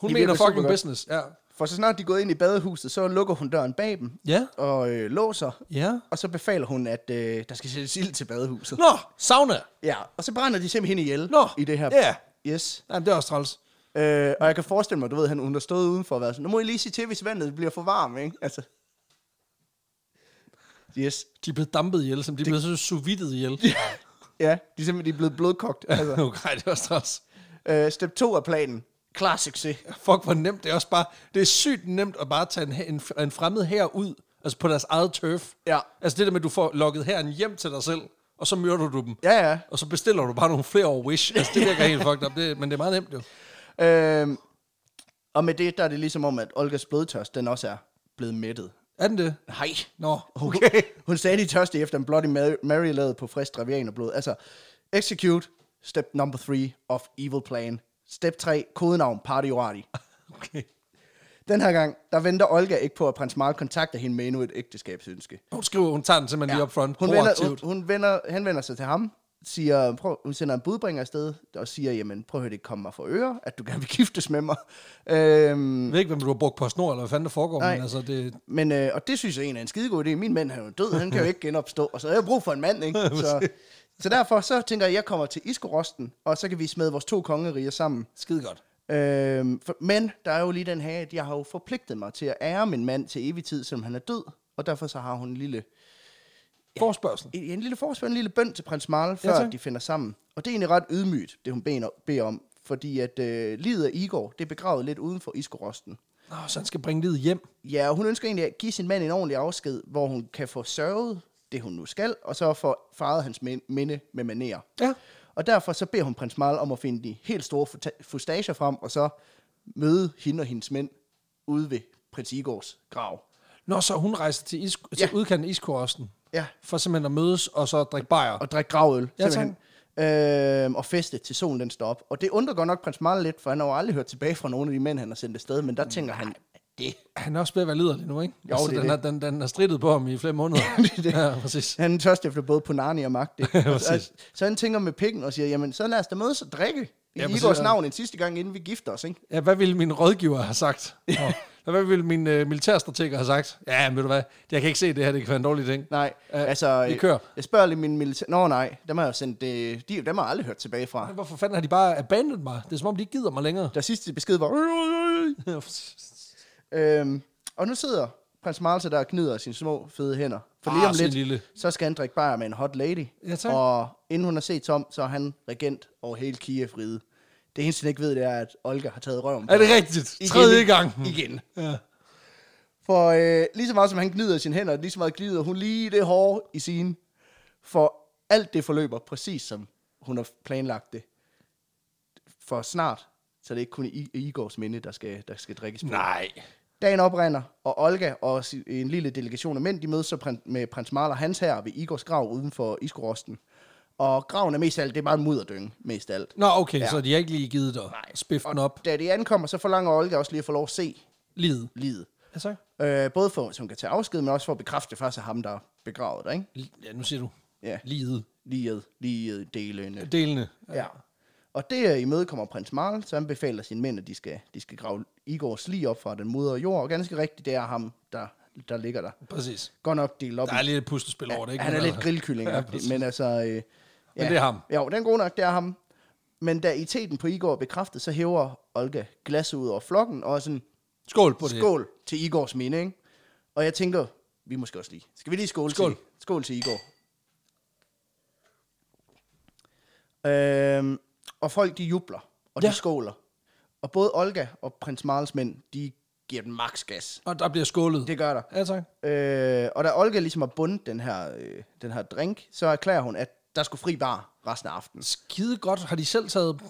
Hun
Det
mener
virker
fucking
supergodt.
business. Ja.
For så snart de er gået ind i badehuset, så lukker hun døren bag dem
Ja.
og øh, låser.
Ja.
Og så befaler hun, at øh, der skal sættes ild til badehuset.
Nå, sauna.
Ja, og så brænder de simpelthen ihjel
Nå,
i det her.
ja.
Yes.
Jamen, det er også træls.
Øh, og jeg kan forestille mig, du ved, han hun har stået udenfor og været sådan, nu må I lige sige til, hvis vandet bliver for varmt, ikke? Altså. Yes.
De er blevet dampet ihjel, som de er blevet så sous vide ihjel.
Ja, de er simpelthen de er blevet blodkogt. [laughs] Altså.
[laughs] okay, det er også træls.
øh, step 2 af planen. Klar succes.
Fuck, hvor nemt. Det er også bare, det er sygt nemt at bare tage en, en, en fremmed her ud, altså på deres eget turf.
Ja.
Altså det der med, at du får lukket herren hjem til dig selv, og så myrder du dem.
Ja, ja.
Og så bestiller du bare nogle flere over
[laughs]
Wish. Altså, det virker helt fucked up, det, men det er meget nemt jo.
Øh, og med det, der er det ligesom om, at Olgas blodtørst, den også er blevet mættet.
Er den det?
Nej.
Nå,
Okay. Hun sagde, de tørste efter en Bloody Mary, Mary lavet på frisk dravianerblod. Altså, execute, step number 3 of evil plan. Step 3, kodenavn Party Orati.
okay.
Den her gang, der venter Olga ikke på, at prins Mark kontakter hende med endnu et ægteskabsønske.
Hun skriver, hun tager den simpelthen ja. lige op front,
Hun, vender, hun,
proaktivt.
hun vender, henvender sig til ham, siger, prøv, hun sender en budbringer afsted, og siger, jamen prøv at høre, det kommer mig for øre, at du gerne vil giftes med mig. Øhm,
Jeg ved ikke, hvem du har brugt på snor, eller hvad fanden der foregår,
Nej.
men altså, det,
Men, øh, og det synes jeg egentlig er en skidegod idé. Min mand han er jo død, han kan jo ikke genopstå, og så har jeg brug for en
[laughs]
mand, ikke? Så, så derfor så tænker jeg, at jeg kommer til Iskorosten, og så kan vi smede vores to kongeriger sammen.
skide godt.
Øhm, for, men der er jo lige den her, at jeg har jo forpligtet mig til at ære min mand til evig tid, selvom han er død, og derfor så har hun en lille,
Forspørgsel.
en, en lille forspørg, en lille bøn til prins Marl, før ja,
tak.
de finder sammen. Og det er egentlig ret ydmygt, det hun beder, beder om, fordi at øh, livet af Igor, det er begravet lidt uden for Iskorosten.
Nå, så han skal bringe livet hjem.
Ja, og hun ønsker egentlig at give sin mand en ordentlig afsked, hvor hun kan få sørget det, hun nu skal, og så få faret hans min- minde med manerer.
Ja.
Og derfor så beder hun prins Mal om at finde de helt store futa- fustager frem, og så møde hende og hendes mænd ude ved prins Igors grav.
Nå, så hun rejser til, is- til
Ja.
udkanten af iskorosten,
Ja,
for simpelthen at mødes, og så drikke bajer.
og drikke gravøl,
Ja,
simpelthen. Øhm, og feste til solen den står op. Og det undrer godt nok prins Mal lidt, for han har jo aldrig hørt tilbage fra nogen af de mænd, han har sendt afsted, men
Mm,
der tænker han, det
Han er også ved at være liderlig nu, ikke? Jo,
det er
den,
det.
Har, den, den har strittet på ham i flere måneder.
[laughs]
det er det. Ja, præcis.
Han tørste efter både Punani og
[laughs]
magt. Ikke? altså,
præcis.
altså, så han tænker med pikken og siger, jamen så lad os da mødes og drikke. I
Ja,
ja,
præcis,
Igors
ja.
navn en sidste gang, inden vi gifter os. Ikke?
Ja, hvad ville min rådgiver have sagt? Nå, hvad ville min øh, militærstrateger have sagt? Ja, men ved du hvad, jeg kan ikke se det her, det kan være en dårlig ting.
Nej,
Ja,
ja, altså...
vi kører.
Jeg spørger lige min militær... Nå nej, dem har jeg jo sendt... Øh, de, dem har jeg aldrig hørt tilbage fra.
Hvorfor fanden har de bare abandoned mig? Det er som om, de ikke gider mig
[laughs]
længere.
Der sidste besked var... Øhm, og nu sidder prins Marlse der og gnider sine små fede hænder. For lige
Ah,
om
sin
lidt,
lille.
så skal han drikke bajer med en hot lady.
Ja, tak.
Og inden hun har set Tom, så er han regent over hele Kiev-riget. Det eneste, han ikke ved, det er, at Olga har taget røven på
er det
ham.
rigtigt? Tredje gang.
Igen.
Ja.
For øh, lige så meget som han gnider i sine hænder, lige så meget gnider hun lige det hårde i sine. For alt det forløber præcis som hun har planlagt det. For snart, så det er ikke kun i, i Igors minde, der skal, der skal drikkes på.
Nej.
Dagen oprinder, og Olga og si- en lille delegation af mænd, de mødes så prin- med prins Marl og hans herre ved Igors grav uden for Iskorosten. Og graven er mest af alt, det er bare en mudderdynge, mest af alt.
Nå, okay, ja. så de har ikke lige givet dig spiften den op.
Da de ankommer, så forlanger Olga også lige at få lov at se
Livet.
livet.
Ja, tak.
Øh, både for, så hun kan tage afsked, men også for at bekræfte det faktisk af ham, der er begravet der, ikke?
Ja, nu siger du.
Ja.
Livet.
Lige, lige delende.
Delene.
Ja. Og det øh, imødekommer prins Marl, så han befaler sine mænd, at de skal, de skal grave Igors lige op fra den mudrede jord, og ganske rigtigt, det er ham, der, der ligger der.
Præcis.
Godt nok delt op.
Der er lidt et puslespil over det,
i,
ikke?
han er
Men
lidt
altså-
grillkylling,
Ja,
ja,
præcis.
men altså... Øh, ja.
Men det er ham.
Jo, den er god nok, det er ham. Men da iteten på Igor er bekræftet, så hæver Olga glasset ud over flokken, og er sådan,
Skål på det.
skål til Igors minde, ikke? Og jeg tænker, vi måske også lige. Skal vi lige skåle
Skål.
til? Skål til Igor. Øhm, og folk, de jubler, og ja.
Ja.
de skåler. Og både Olga og prins Marls mænd, de giver den maks gas.
Og der bliver skålet.
Det gør der.
Ja, tak.
Øh, og da Olga ligesom har bundet den her, øh, den her drink, så erklærer hun, at der skulle fri bar resten af aftenen.
Skide godt. Har de selv taget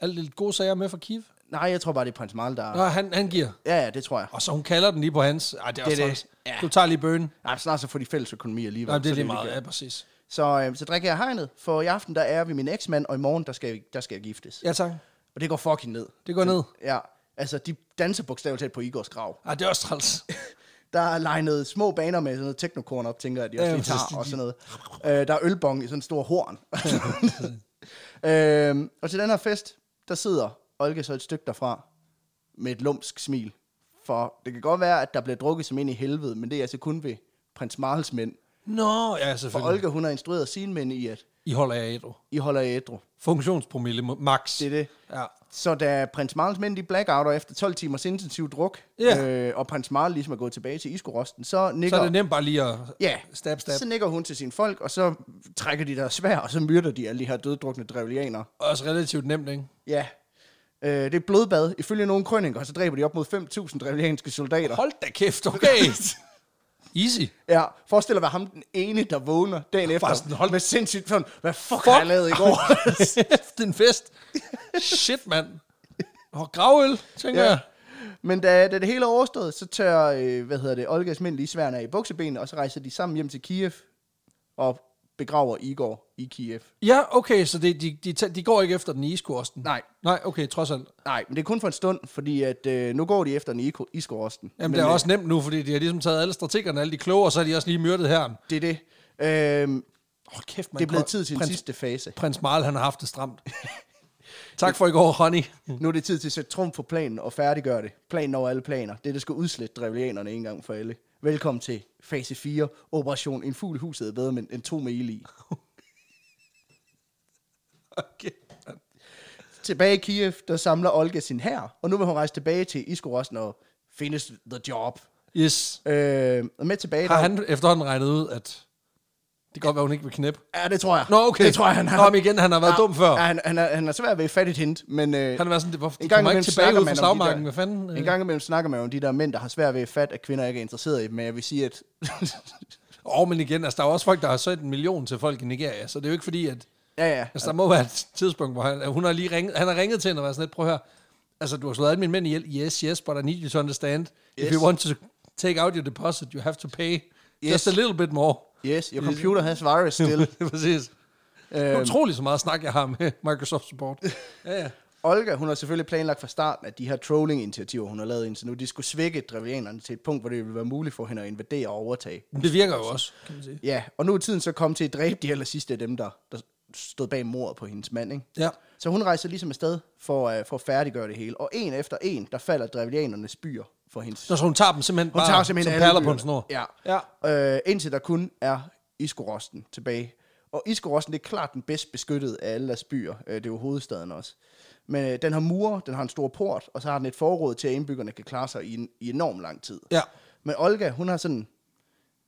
alle de gode sager med fra Kiev?
Nej, jeg tror bare, det er prins Marl, der...
Nå, han, han giver.
Ja, ja, det tror jeg.
Og så hun kalder den lige på hans. Ej, det er
Det
også
er
det,
det. Ja.
Du tager lige bøgen.
Nej, snart så får de fælles økonomi alligevel.
Nej, det er
så
lige
ligegyldigt.
meget. Ja, præcis.
Så, øh, så drikker jeg hegnet, for i aften der er vi min eksmand, og i morgen der skal, der skal jeg giftes. Ja.
Ja, tak.
Og det går fucking ned.
Det går ned.
Ja. Altså, de danser bogstaveligt talt på Igors grav.
Ej, det er også træls.
Der er legnet små baner med sådan noget teknokorn op, tænker jeg, de også
Ja,
lige
præcis,
tager, og
de-
sådan noget. Øh, der er ølbong i sådan en stor [laughs] horn. øh, og til den her fest, der sidder Olga så et stykke derfra, med et lumsk smil. For det kan godt være, at der bliver drukket som ind i helvede, men det er altså kun ved prins Marles mænd.
[laughs] Nå, ja,
For
selvfølgelig.
Olga, hun har instrueret sine mænd i, at
I holder jer ædru.
I holder jer ædru.
Funktionspromille må- max.
Det er det.
Ja.
Så da prins Marles mænd de blackouter efter 12 timers intensiv druk,
Ja.
øh, og prins Marl ligesom er gået tilbage til iskorosten, så nikker,
Så er det nemt bare lige at...
ja,
Stab, stab.
så nikker hun til sine folk, og så trækker de der svær, og så myrder de alle de her døddrukne drevlianere.
Også relativt nemt, ikke?
Ja, øh, det er et blodbad. Ifølge nogle krønninger, så dræber de op mod 5.000 drevlianske soldater.
Hold da kæft, okay. Easy.
Ja, forestil dig at være ham den ene, der vågner dagen efter,
sådan,
hold med sindssygt sådan, hvad fuck, fuck. har jeg lavet i
[laughs]
går?
det er en fest. Shit, mand. Og gravøl, tænker
Ja.
ja. jeg.
Men da, da det hele er overstået, så tør, øh, hvad hedder det, Olgas mænd lige sværne af i buksebenene, og så rejser de sammen hjem til Kiev og begraver Igor i Kiev.
Ja, okay, så det, de, de, ta- de går ikke efter den i iskosten?
Nej.
Nej, okay, trods alt.
Nej, men det er kun for en stund, fordi at, øh, nu går de efter den iskorosten. øh,
Jamen, det er også nemt nu, fordi de har ligesom taget alle strategerne, alle de kloge, og så har de også lige myrdet her. Åh,
Det er det. Øhm,
oh, kæft, man.
det er blevet tid til den
prins,
sidste fase.
Prins Marl, han har haft det
[laughs]
stramt. tak for i går, honey.
Nu er det tid til at sætte trumf på planen og færdiggøre det. Planen over alle planer. Det, der skal udslette drevlianerne en gang for alle. Velkommen til fase 4. Operation En fugl i huset er bedre men- end to mile i.
Okay.
Tilbage i Kiev, der samler Olga sin hær, og nu vil hun rejse tilbage til Iskorosten og finde the job.
Yes.
Øh, og med tilbage...
Har han efterhånden regnet ud, at det kan godt være, hun ikke vil knæppe?
Ja, det tror jeg.
Nå, okay.
Det tror jeg, han har.
Nå, men igen, han har været
ja,
dum før.
Ja, han, han, er, han er svært ved et fattigt hint, men... Øh,
Han var sådan, det, hvorfor,
en
du
gang
kommer
imellem
ikke tilbage ud
snakker
fra
man om de
slagmarken, hvad
der-
fanden?
En
Øh,
gang imellem snakker man jo om de der mænd, der har svært ved at fatte, at kvinder ikke er interesseret i dem, men jeg vil sige, at... [laughs]
Åh, oh, men igen, altså, der er jo også folk, der har sendt en million til folk i Nigeria, så det er jo ikke fordi, at...
ja, ja.
Altså, der må være et tidspunkt, hvor han, hun har lige ringet, han har ringet til hende og været sådan lidt, prøv at høre, altså, du har slået alle mine mænd ihjel, yes, yes, but I need you to understand, yes. if
Yes.
you want to take out your deposit, you have to pay just
Yes.
a little bit
[laughs]
more.
Yes, your computer has
[laughs]
virus still.
Det er præcis.
Øhm.
Det er utroligt så meget snak, jeg har med Microsoft
[laughs]
Support. Ja, ja.
Olga, hun har selvfølgelig planlagt fra starten, at de her trolling-initiativer, hun har lavet indtil nu, de skulle svække drevlianerne til et punkt, hvor det ville være muligt for hende at invadere og overtage.
Men det virker jo også, kan man sige.
Ja, og nu er tiden så kommet til at dræbe de aller sidste af dem, der, der stod bag mordet på hendes mand, ikke?
Ja.
Så hun rejser ligesom afsted for, uh, for at færdiggøre det hele. Og en efter en, der falder drevlianernes byer for hendes...
Nå, Så hun tager dem simpelthen
Hun
bare
tager simpelthen
som perler
alle
på
byerne.
en snor.
Ja.
ja.
Øh, indtil der kun er Iskorosten tilbage. Og Iskorosten det er klart den bedst beskyttede af alle deres byer. Øh, det er jo hovedstaden også. Men øh, den har mure, den har en stor port, og så har den et forråd til, at indbyggerne kan klare sig i, en, i enormt lang tid.
Ja.
Men Olga, hun har sådan...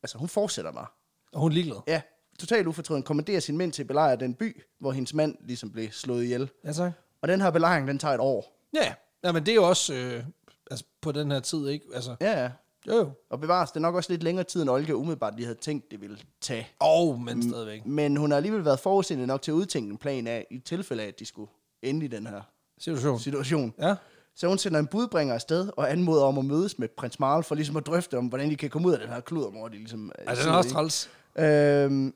Altså, hun fortsætter bare.
Og hun er ligeglad.
Ja, totalt ufortrøden. Kommanderer sin mænd til at belejre den by, hvor hendes mand ligesom blev slået ihjel.
Ja, tak.
Og den her belejring, den tager et år.
Ja, ja men det er jo også øh, altså, på den her tid, ikke? Altså,
Ja, ja.
jo jo.
Og bevares, det er nok også lidt længere tid, end Olga umiddelbart lige havde tænkt, det ville tage.
Åh, oh, men stadigvæk.
Men hun har alligevel været forudseende nok til at udtænke en plan af, i tilfælde af, at de skulle ende i den her
Situation.
situation.
Ja.
Så hun sender en budbringer afsted og anmoder om at mødes med prins Marl for ligesom at drøfte om, hvordan de kan komme ud af den her kludermor, de ligesom... øh,
Altså, den er
sidder
også
i.
træls.
Øhm,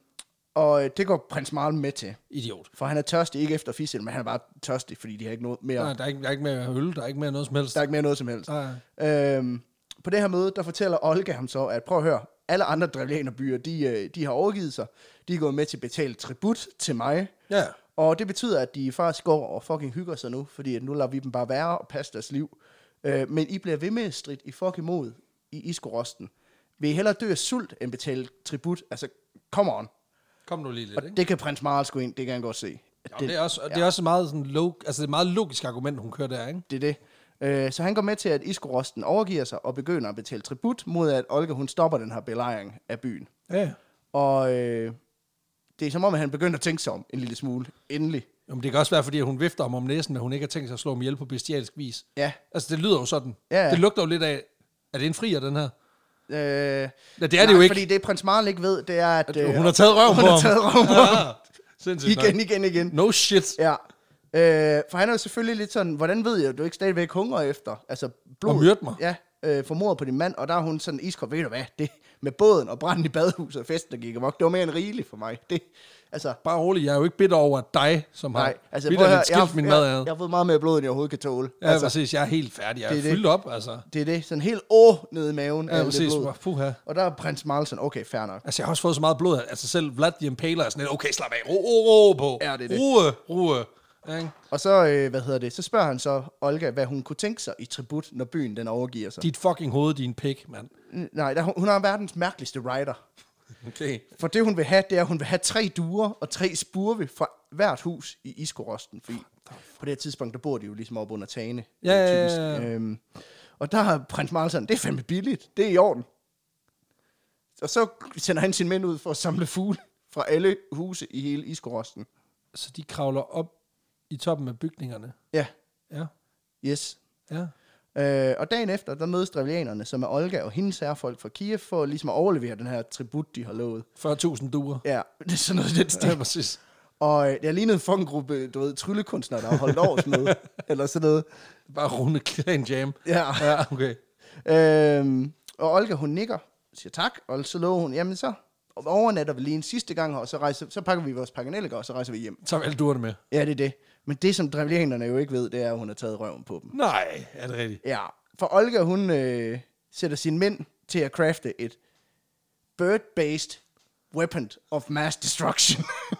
og øh, det går prins Marl med til.
Idiot.
For han er tørstig, ikke efter fissel, men han er bare tørstig, fordi de har ikke noget mere...
Nej, der er, ikke, der er ikke mere øl, der er ikke mere noget som helst.
Der er ikke mere noget som helst.
Nej.
Øhm, på det her møde, der fortæller Olga ham så, at prøv at høre, alle andre drevlianerbyer, de, øh, de har overgivet sig. De er gået med til at betale tribut til mig.
Ja.
Og det betyder, at de faktisk går og fucking hygger sig nu, fordi at nu lader vi dem bare være og passe deres liv. Øh, men I bliver ved med at stride i fucking mod i iskorosten. Vil I hellere dø af sult, end betale tribut? Altså, come on.
Kom nu lige lidt,
Og
ikke?
det kan prins Marl sgu ind, det kan han godt se. At
Jo, det, er også, det er også meget sådan log, altså det er meget logisk argument, hun kører der, ikke?
Det er det. Øh, så han går med til, at Iskorosten overgiver sig og begynder at betale tribut mod, at Olga hun stopper den her belejring af byen.
Ja.
Og øh, det er som om, at han begynder at tænke sig om en lille smule. Endelig.
Jo, men det kan også være, fordi hun vifter om om næsen, at hun ikke har tænkt sig at slå ham ihjel på bestialsk vis.
Ja.
Altså, det lyder jo sådan.
Ja, ja.
Det lugter jo lidt af, er det en frier, den her?
Øh, ja,
det er det jo ikke.
Fordi det, prins Marl ikke ved, det er, at... øh,
At hun har taget røven
hun
på
har
ham.
taget røven på ham.
Ah, [laughs] sindssygt nok.
Igen, igen, igen.
No shit.
Ja. Øh, for han er jo selvfølgelig lidt sådan, hvordan ved jeg, at du ikke stadigvæk hungrer efter? Altså, blod.
Og myrde mig.
Ja, øh, for mordet på din mand, og der er hun sådan iskold, ved du hvad, det med båden og branden i badehuset og festen, der gik amok, det var mere end rigeligt for mig. Det, Altså,
Bare rolig, jeg er jo ikke bitter over dig, som har
nej. Altså,
altså, bitter
prøv at høre,
skilt min mad ad.
jeg, jeg har fået meget mere blod, end jeg overhovedet kan tåle.
Ja, altså, præcis. Jeg er helt færdig. Jeg er,
det er det.
fyldt op, altså.
det er det. Sådan helt åh nede i maven. af
Ja,
alt det
præcis.
blod.
Puha.
Og der er prins Marl sådan, okay, fair nok.
Altså, jeg har også fået så meget blod, at altså selv Vlad the Impaler er sådan lidt, okay, slap af, ro, ro, ro på.
Ja, det er det.
Roe, roe. Ja, ikke?
Og så, øh, hvad hedder det, så spørger han så Olga, hvad hun kunne tænke sig i tribut, når byen den overgiver sig.
Dit fucking hoved, din pik, mand.
N- Nej, der, hun har verdens mærkeligste rider.
Okay.
For det, hun vil have, det er, at hun vil have tre duer og tre spurve fra hvert hus i Iskorosten. Fordi på det her tidspunkt, der bor de jo ligesom oppe under tagene.
Ja,
øh,
ja,
typisk.
ja, ja.
Øhm, og der har prins Marl sådan, det er fandme billigt, det er i orden. Og så sender han sin mænd ud for at samle fugle fra alle huse i hele Iskorosten.
Så de kravler op i toppen af bygningerne.
Ja,
Ja,
yes.
ja.
Øh, og dagen efter, der mødes drevlianerne, som er Olga og hendes herrefolk fra Kiev, for ligesom at overlevere den her tribut, de har lovet.
40.000 duer.
Ja, det er sådan noget, i den stil.
Ja, præcis.
Og øh, jeg lignede en fuckgruppe, du ved, tryllekunstnere, der har holdt årsmøde, eller sådan noget.
Bare Rune Klan Jam.
Ja.
Ja, okay.
Øhm, og Olga, hun nikker, siger tak, og så lover hun, jamen så overnatter vi lige en sidste gang her, og så, rejser, så pakker vi vores pakkenelliker, og så rejser vi hjem.
Så er alle duerne med.
Ja, det er det. Men det, som drevlianerne jo ikke ved, det er, at hun har taget røven på dem.
Nej, er det rigtigt?
Ja, for Olga, hun øh, sætter sine mænd til at crafte et bird-based weapon of mass destruction. [laughs]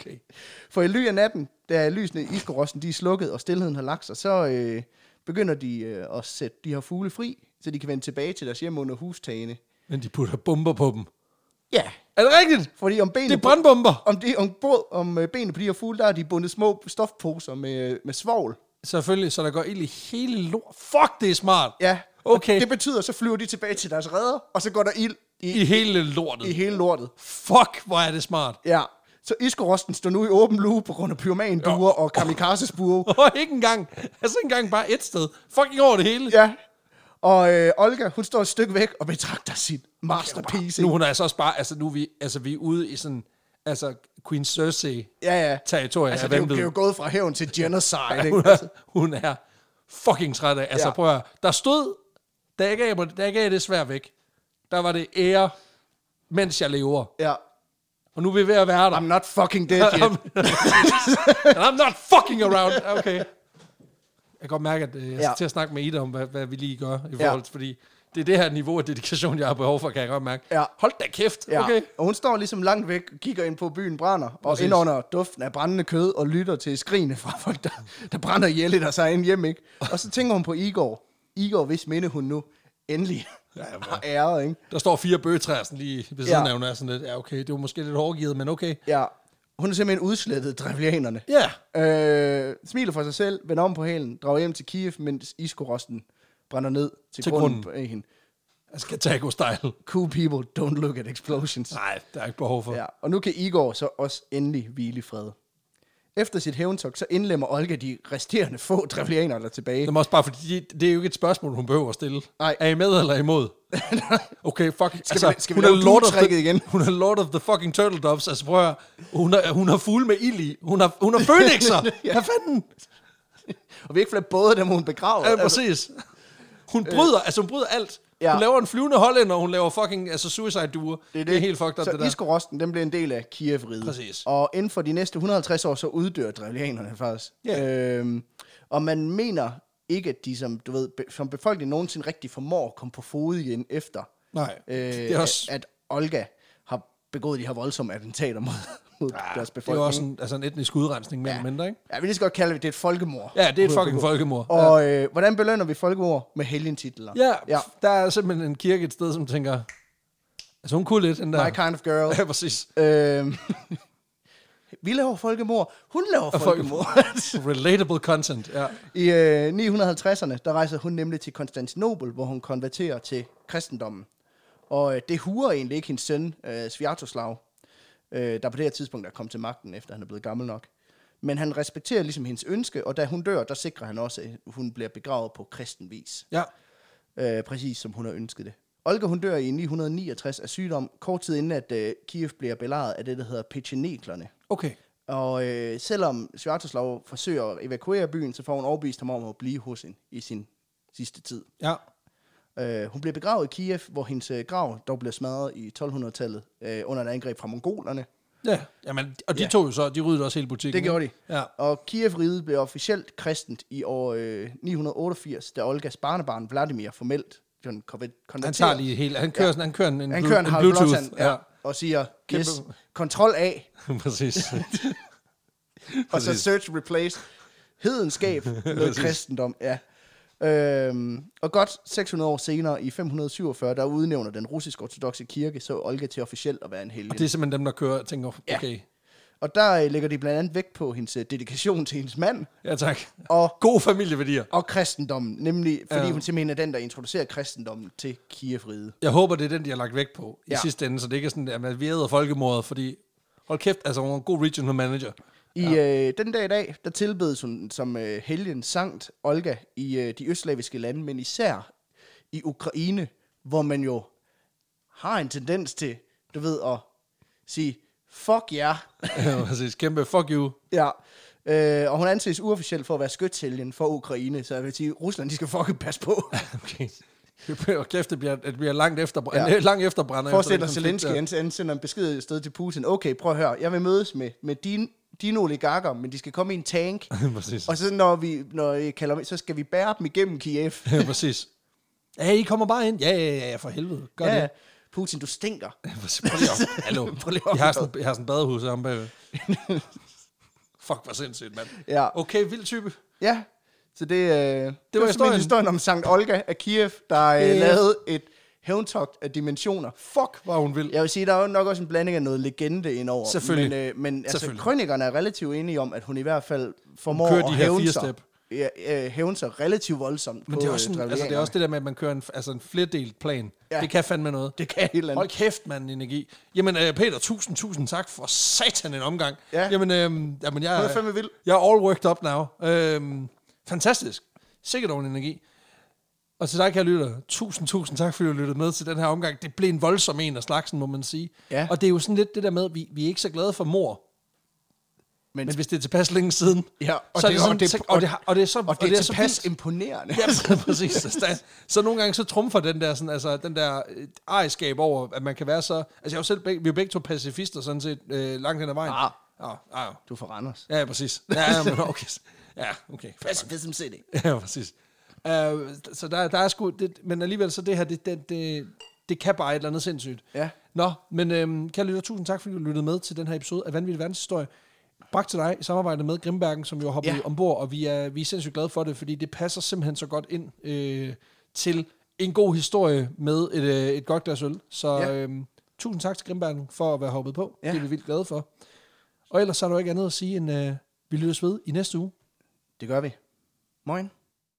Okay.
For i ly af natten, da lysene i iskorossen de er slukket, og stillheden har lagt sig, så øh, begynder de øh, at sætte de her fugle fri, så de kan vende tilbage til deres hjem under hustagene.
Men de putter bomber på dem.
Ja,
Er det rigtigt?
fordi om
Det
benene...
er brandbomber.
om, de, om, bord, om øh, benene på de her fugle, der er de bundet små stofposer med, med svovl.
Selvfølgelig, så der går ild i hele lort. Fuck, det er smart.
Ja, og
Okay.
det betyder, så flyver de tilbage til deres redder, og så går der ild i,
I hele lortet.
i hele lortet.
Fuck, hvor er det smart.
Ja, så iskorosten står nu i åben luge på grund af pyromanduer og kamikazesbuer.
Og ikke engang, altså ikke engang bare et sted. Fucking over det hele.
Ja. Og øh, Olga, hun står et stykke væk og betragter sit masterpiece.
Nu
ikke?
hun er altså også bare, altså nu er vi, altså vi er ude i sådan, altså Queen Cersei
Ja, ja.
territorium
Altså,
altså,
det er jo- det er jo gået fra hævn til genocide, ikke? Altså,
hun er fucking træt af. Altså
Ja.
ja. prøv at høre. Der stod, da jeg, gav, mig- da jeg gav det svær væk, der var det ære, mens jeg lever.
ja.
Og nu er vi ved at være der.
I'm not fucking dead
[laughs]
yet.
And I'm not fucking around. Okay. Jeg kan godt mærke, at øh, jeg skal
Ja.
ja. til at snakke med Ida om, hvad, hvad vi lige gør i
Ja.
forhold til, fordi det er det her niveau af dedikation, jeg har behov for, kan jeg godt mærke.
Ja.
Hold da kæft,
Ja.
okay?
Og hun står ligesom langt væk, kigger ind på byen brænder, og
Præcis.
indånder duften af brændende kød og lytter til skrigene fra folk, der, der brænder ihjel i deres egen hjem, ikke? Og så tænker hun på Igor. Igor, hvis minde hun nu endelig [laughs]
Ja, men-
har æret, ikke?
Der står fire bøgetræer sådan lige ved siden
Ja.
ja. af, hun er sådan lidt, ja okay, det var måske lidt hårdgivet, men okay.
Ja. Hun er simpelthen udslettet drevlianerne.
Ja.
Øh, smiler for sig selv, vender om på hælen, drager hjem til Kiev, mens iskorosten brænder ned til,
Til
grunden.
grunden.
på hende.
Altså, Katago style.
Cool people, don't look at explosions.
Nej, der er ikke behov for.
Ja, og nu kan Igor så også endelig hvile i fred. Efter sit hævntog, så indlemmer Olga de resterende få drevlianere der er tilbage.
Det er også bare, fordi det, det er jo ikke et spørgsmål, hun behøver at stille.
Nej.
Er I med eller imod? Okay, fuck. Altså, Skal
vi- skal vi lave duetrækket
the,
igen?
Hun er Lord of the fucking Turtle Doves. Altså prøv at høre. hun er, hun er fugle med ild i. Hun har, hun har fønixer.
Ja.
ja. Hvad fanden?
Og vi ikke flere Altså, både dem, hun begraver.
Ja, præcis. Hun bryder, øh. altså hun bryder alt.
Ja.
Ja. Hun laver en flyvende hollænder, og hun laver fucking altså suicide duer. Det er, det. det er helt fucked up,
så
det der.
Iskorosten, den blev en del af Kiev-riget.
Præcis.
Og inden for de næste 150 år, så uddør drevlianerne faktisk.
Ja.
Øhm, og man mener ikke, at de som, du ved, be, som befolkning nogensinde rigtig formår at komme på fod igen efter,
Nej,
øh,
det er også-
at, at Olga har begået de her voldsomme attentater mod, [laughs] mod ja, deres
Ah, Det er jo
befolkning.
også en, altså en etnisk udrensning, mere ja. eller mindre, ikke?
Ja, vi kan lige så godt kalde det, det er et folkemord.
Ja, det er et fucking folkemord.
Og øh, hvordan belønner vi folkemord? Med helgentitler.
Ja,
ja.
ja, der er simpelthen en kirke et sted, som tænker, altså hun kunne lidt, den der.
My kind of
[laughs]
girl.
Ja, præcis.
Øhm, [laughs] vi laver folkemord. Hun laver folkemord. [laughs]
Relatable content, ja.
I øh, 950'erne, der rejser hun nemlig til Konstantinopel, hvor hun konverterer til kristendommen. Og øh, det huer egentlig ikke hendes søn, øh, Sviatoslav, øh, der på det her tidspunkt er kommet til magten, efter han er blevet gammel nok. Men han respekterer ligesom hendes ønske, og da hun dør, der sikrer han også, at hun bliver begravet på kristen vis.
Ja,
øh, præcis som hun har ønsket det. Olga, hun dør i 969 af sygdom, kort tid inden, at øh, Kiev bliver belejret af det, der hedder Pecheneklerne.
okay.
Og øh, selvom Sviatoslav forsøger at evakuere byen, så får hun overbevist ham om at blive hos hende i sin sidste tid.
Ja,
Øh, hun bliver begravet i Kiev, hvor hendes øh, grav dog bliver smadret i 1200-tallet øh, under et angreb fra mongolerne.
Ja, jamen, og de
Ja.
ja. tog jo så, de ryddede også hele butikken.
Det gjorde de.
ikke? Ja.
Og Kiev-riget blev officielt kristent i år øh, 988, da Olgas barnebarn Vladimir formelt blev konver- konverteret.
Han tager lige hele, han kører, ja. sådan, han kører en, en,
han
blu-
kører en,
en
Harald
Bluetooth.
Blåtand, ja. og siger,
Kæmpe-
yes, kontrol A,
ja. [laughs] præcis.
og så
Præcis.
search replace
[laughs]
hedenskab med
Præcis.
kristendom. Ja. Øhm, og godt 600 år senere, i 547, der udnævner den russisk-ortodoxe kirke så Olga til officielt at være en helgen.
Og det er simpelthen dem, der kører og tænker,
Ja.
okay,
Og der øh, lægger de blandt andet vægt på hendes øh, dedikation til hendes mand
ja, ja tak.
og,
Gode familieværdier.
og kristendommen, nemlig fordi
Ja.
hun simpelthen er den, der introducerer kristendommen til Kievriget.
Jeg håber, det er den, de har lagt vægt på i
Ja.
sidste ende, så det ikke er sådan, at vi æder folkemordet, fordi hold kæft, altså hun er en god regional manager. [laughs]
I ja. øh, den dag i dag, der tilbedes hun som øh, helgen Sankt Olga i øh, de østslaviske lande, men især i Ukraine, hvor man jo har en tendens til, du ved, at sige, fuck jer.
ja, præcis. Kæmpe fuck you.
Yeah. Ja. Øh, og hun anses uofficielt for at være skytshelgen for Ukraine, så jeg vil sige, Rusland, de skal fucking passe på.
Okay. Det bliver, [laughs] og kæft, det bliver, det bliver [laughs] langt efter,
Ja.
ja. lang efterbrænder.
Forestil
den
dig,
konflikt
Zelensky
der.
han han sender en besked et sted til Putin. Okay, prøv at høre, jeg vil mødes med, med dine, dine oligarker, men de skal komme i en tank.
[laughs]
[laughs]
præcis.
og så når vi når I kalder mig, så skal vi bære dem igennem Kiev.
ja, præcis. Ja, I kommer bare ind. Ja, ja, ja, ja for helvede. Gør
ja,
ja.
ja.
det.
Putin, du stinker.
[laughs] Prøv lige op.
[laughs]
Hallo.
Prøv lige op.
Jeg har sådan, jeg har sådan en badehus her om bagved.
[laughs]
Fuck, hvor sindssygt, mand.
Ja.
Okay, vild type.
Ja, så det, øh, det, var
var
simpelthen
historien.
historien om Sankt Olga af Kiev, der øh,
Kiev.
lavede et hævntogt af dimensioner.
Fuck, hvor er hun vild.
Jeg vil sige, der er jo nok også en blanding af noget legende indover.
Selvfølgelig.
Men, øh, men altså,
Selvfølgelig.
krønikerne er relativt enige om, at hun i hvert fald formår
kører de
at
her
hævne
fire
sig,
step.
ja, øh, hævne sig relativt voldsomt
Men
på
det er, også sådan,
øh,
altså, det er også det der med, at man kører en, altså en flerdelt plan.
Ja.
Ja. Det kan fandme noget.
det kan et eller andet.
Hold kæft, mand, energi. Jamen, øh, Peter, tusind, tusind tak for satan en omgang.
Ja.
Jamen, øh, jamen jeg,
Det er fandme vildt.
jeg er all worked up now. Øh, fantastisk. Sikkert over en energi. Og til dig, kære lytter, tusind, tusind tak, fordi du lyttede med til den her omgang. Det blev en voldsom en af slagsen, må man sige.
Ja.
Og det er jo sådan lidt det der med, at vi, vi er ikke så glade for mor.
Men-
Men, men hvis det er tilpas længe siden,
Ja, og
så er
det-
det
og
sådan,
det-
så- og det har- og det er så
Og det er,
det så vildt.
tilpas imponerende.
Ja, [laughs] præ- præcis. Så der- Så nogle gange så trumfer den der, sådan, altså, den der øh, ejerskab over, at man kan være så... Altså, jeg er jo selv, beg- vi er begge to pacifister, sådan set, øh, langt hen ad vejen.
Ah.
Ah, ah.
Du får Randers.
Ja, ja, præcis. Ja, ja, men okay. Ja, okay. fair nok.
Pessimism City.
[laughs] Ja, præcis. Uh, så der, der er sgu... Det, men alligevel, så det her, det, det, det, det kan bare et eller andet sindssygt.
Ja.
Nå, men øhm, kære lytter, tusind tak, fordi du lyttede med til den her episode af Vanvittig Verdenshistorie. Bragt til dig i samarbejde med Grimbergen, som jo har hoppet
Ja.
ja. ombord, og vi er, vi er sindssygt glade for det, fordi det passer simpelthen så godt ind øh, til en god historie med et, øh, et godt glas øl. Så
Ja.
ja. øhm, tusind tak til Grimbergen for at være hoppet på.
Ja.
Ja. Det er vi vildt glade for. Og ellers så er der jo ikke andet at sige end, øh, vi lyttes ved i næste uge.
Det gør vi. Moin.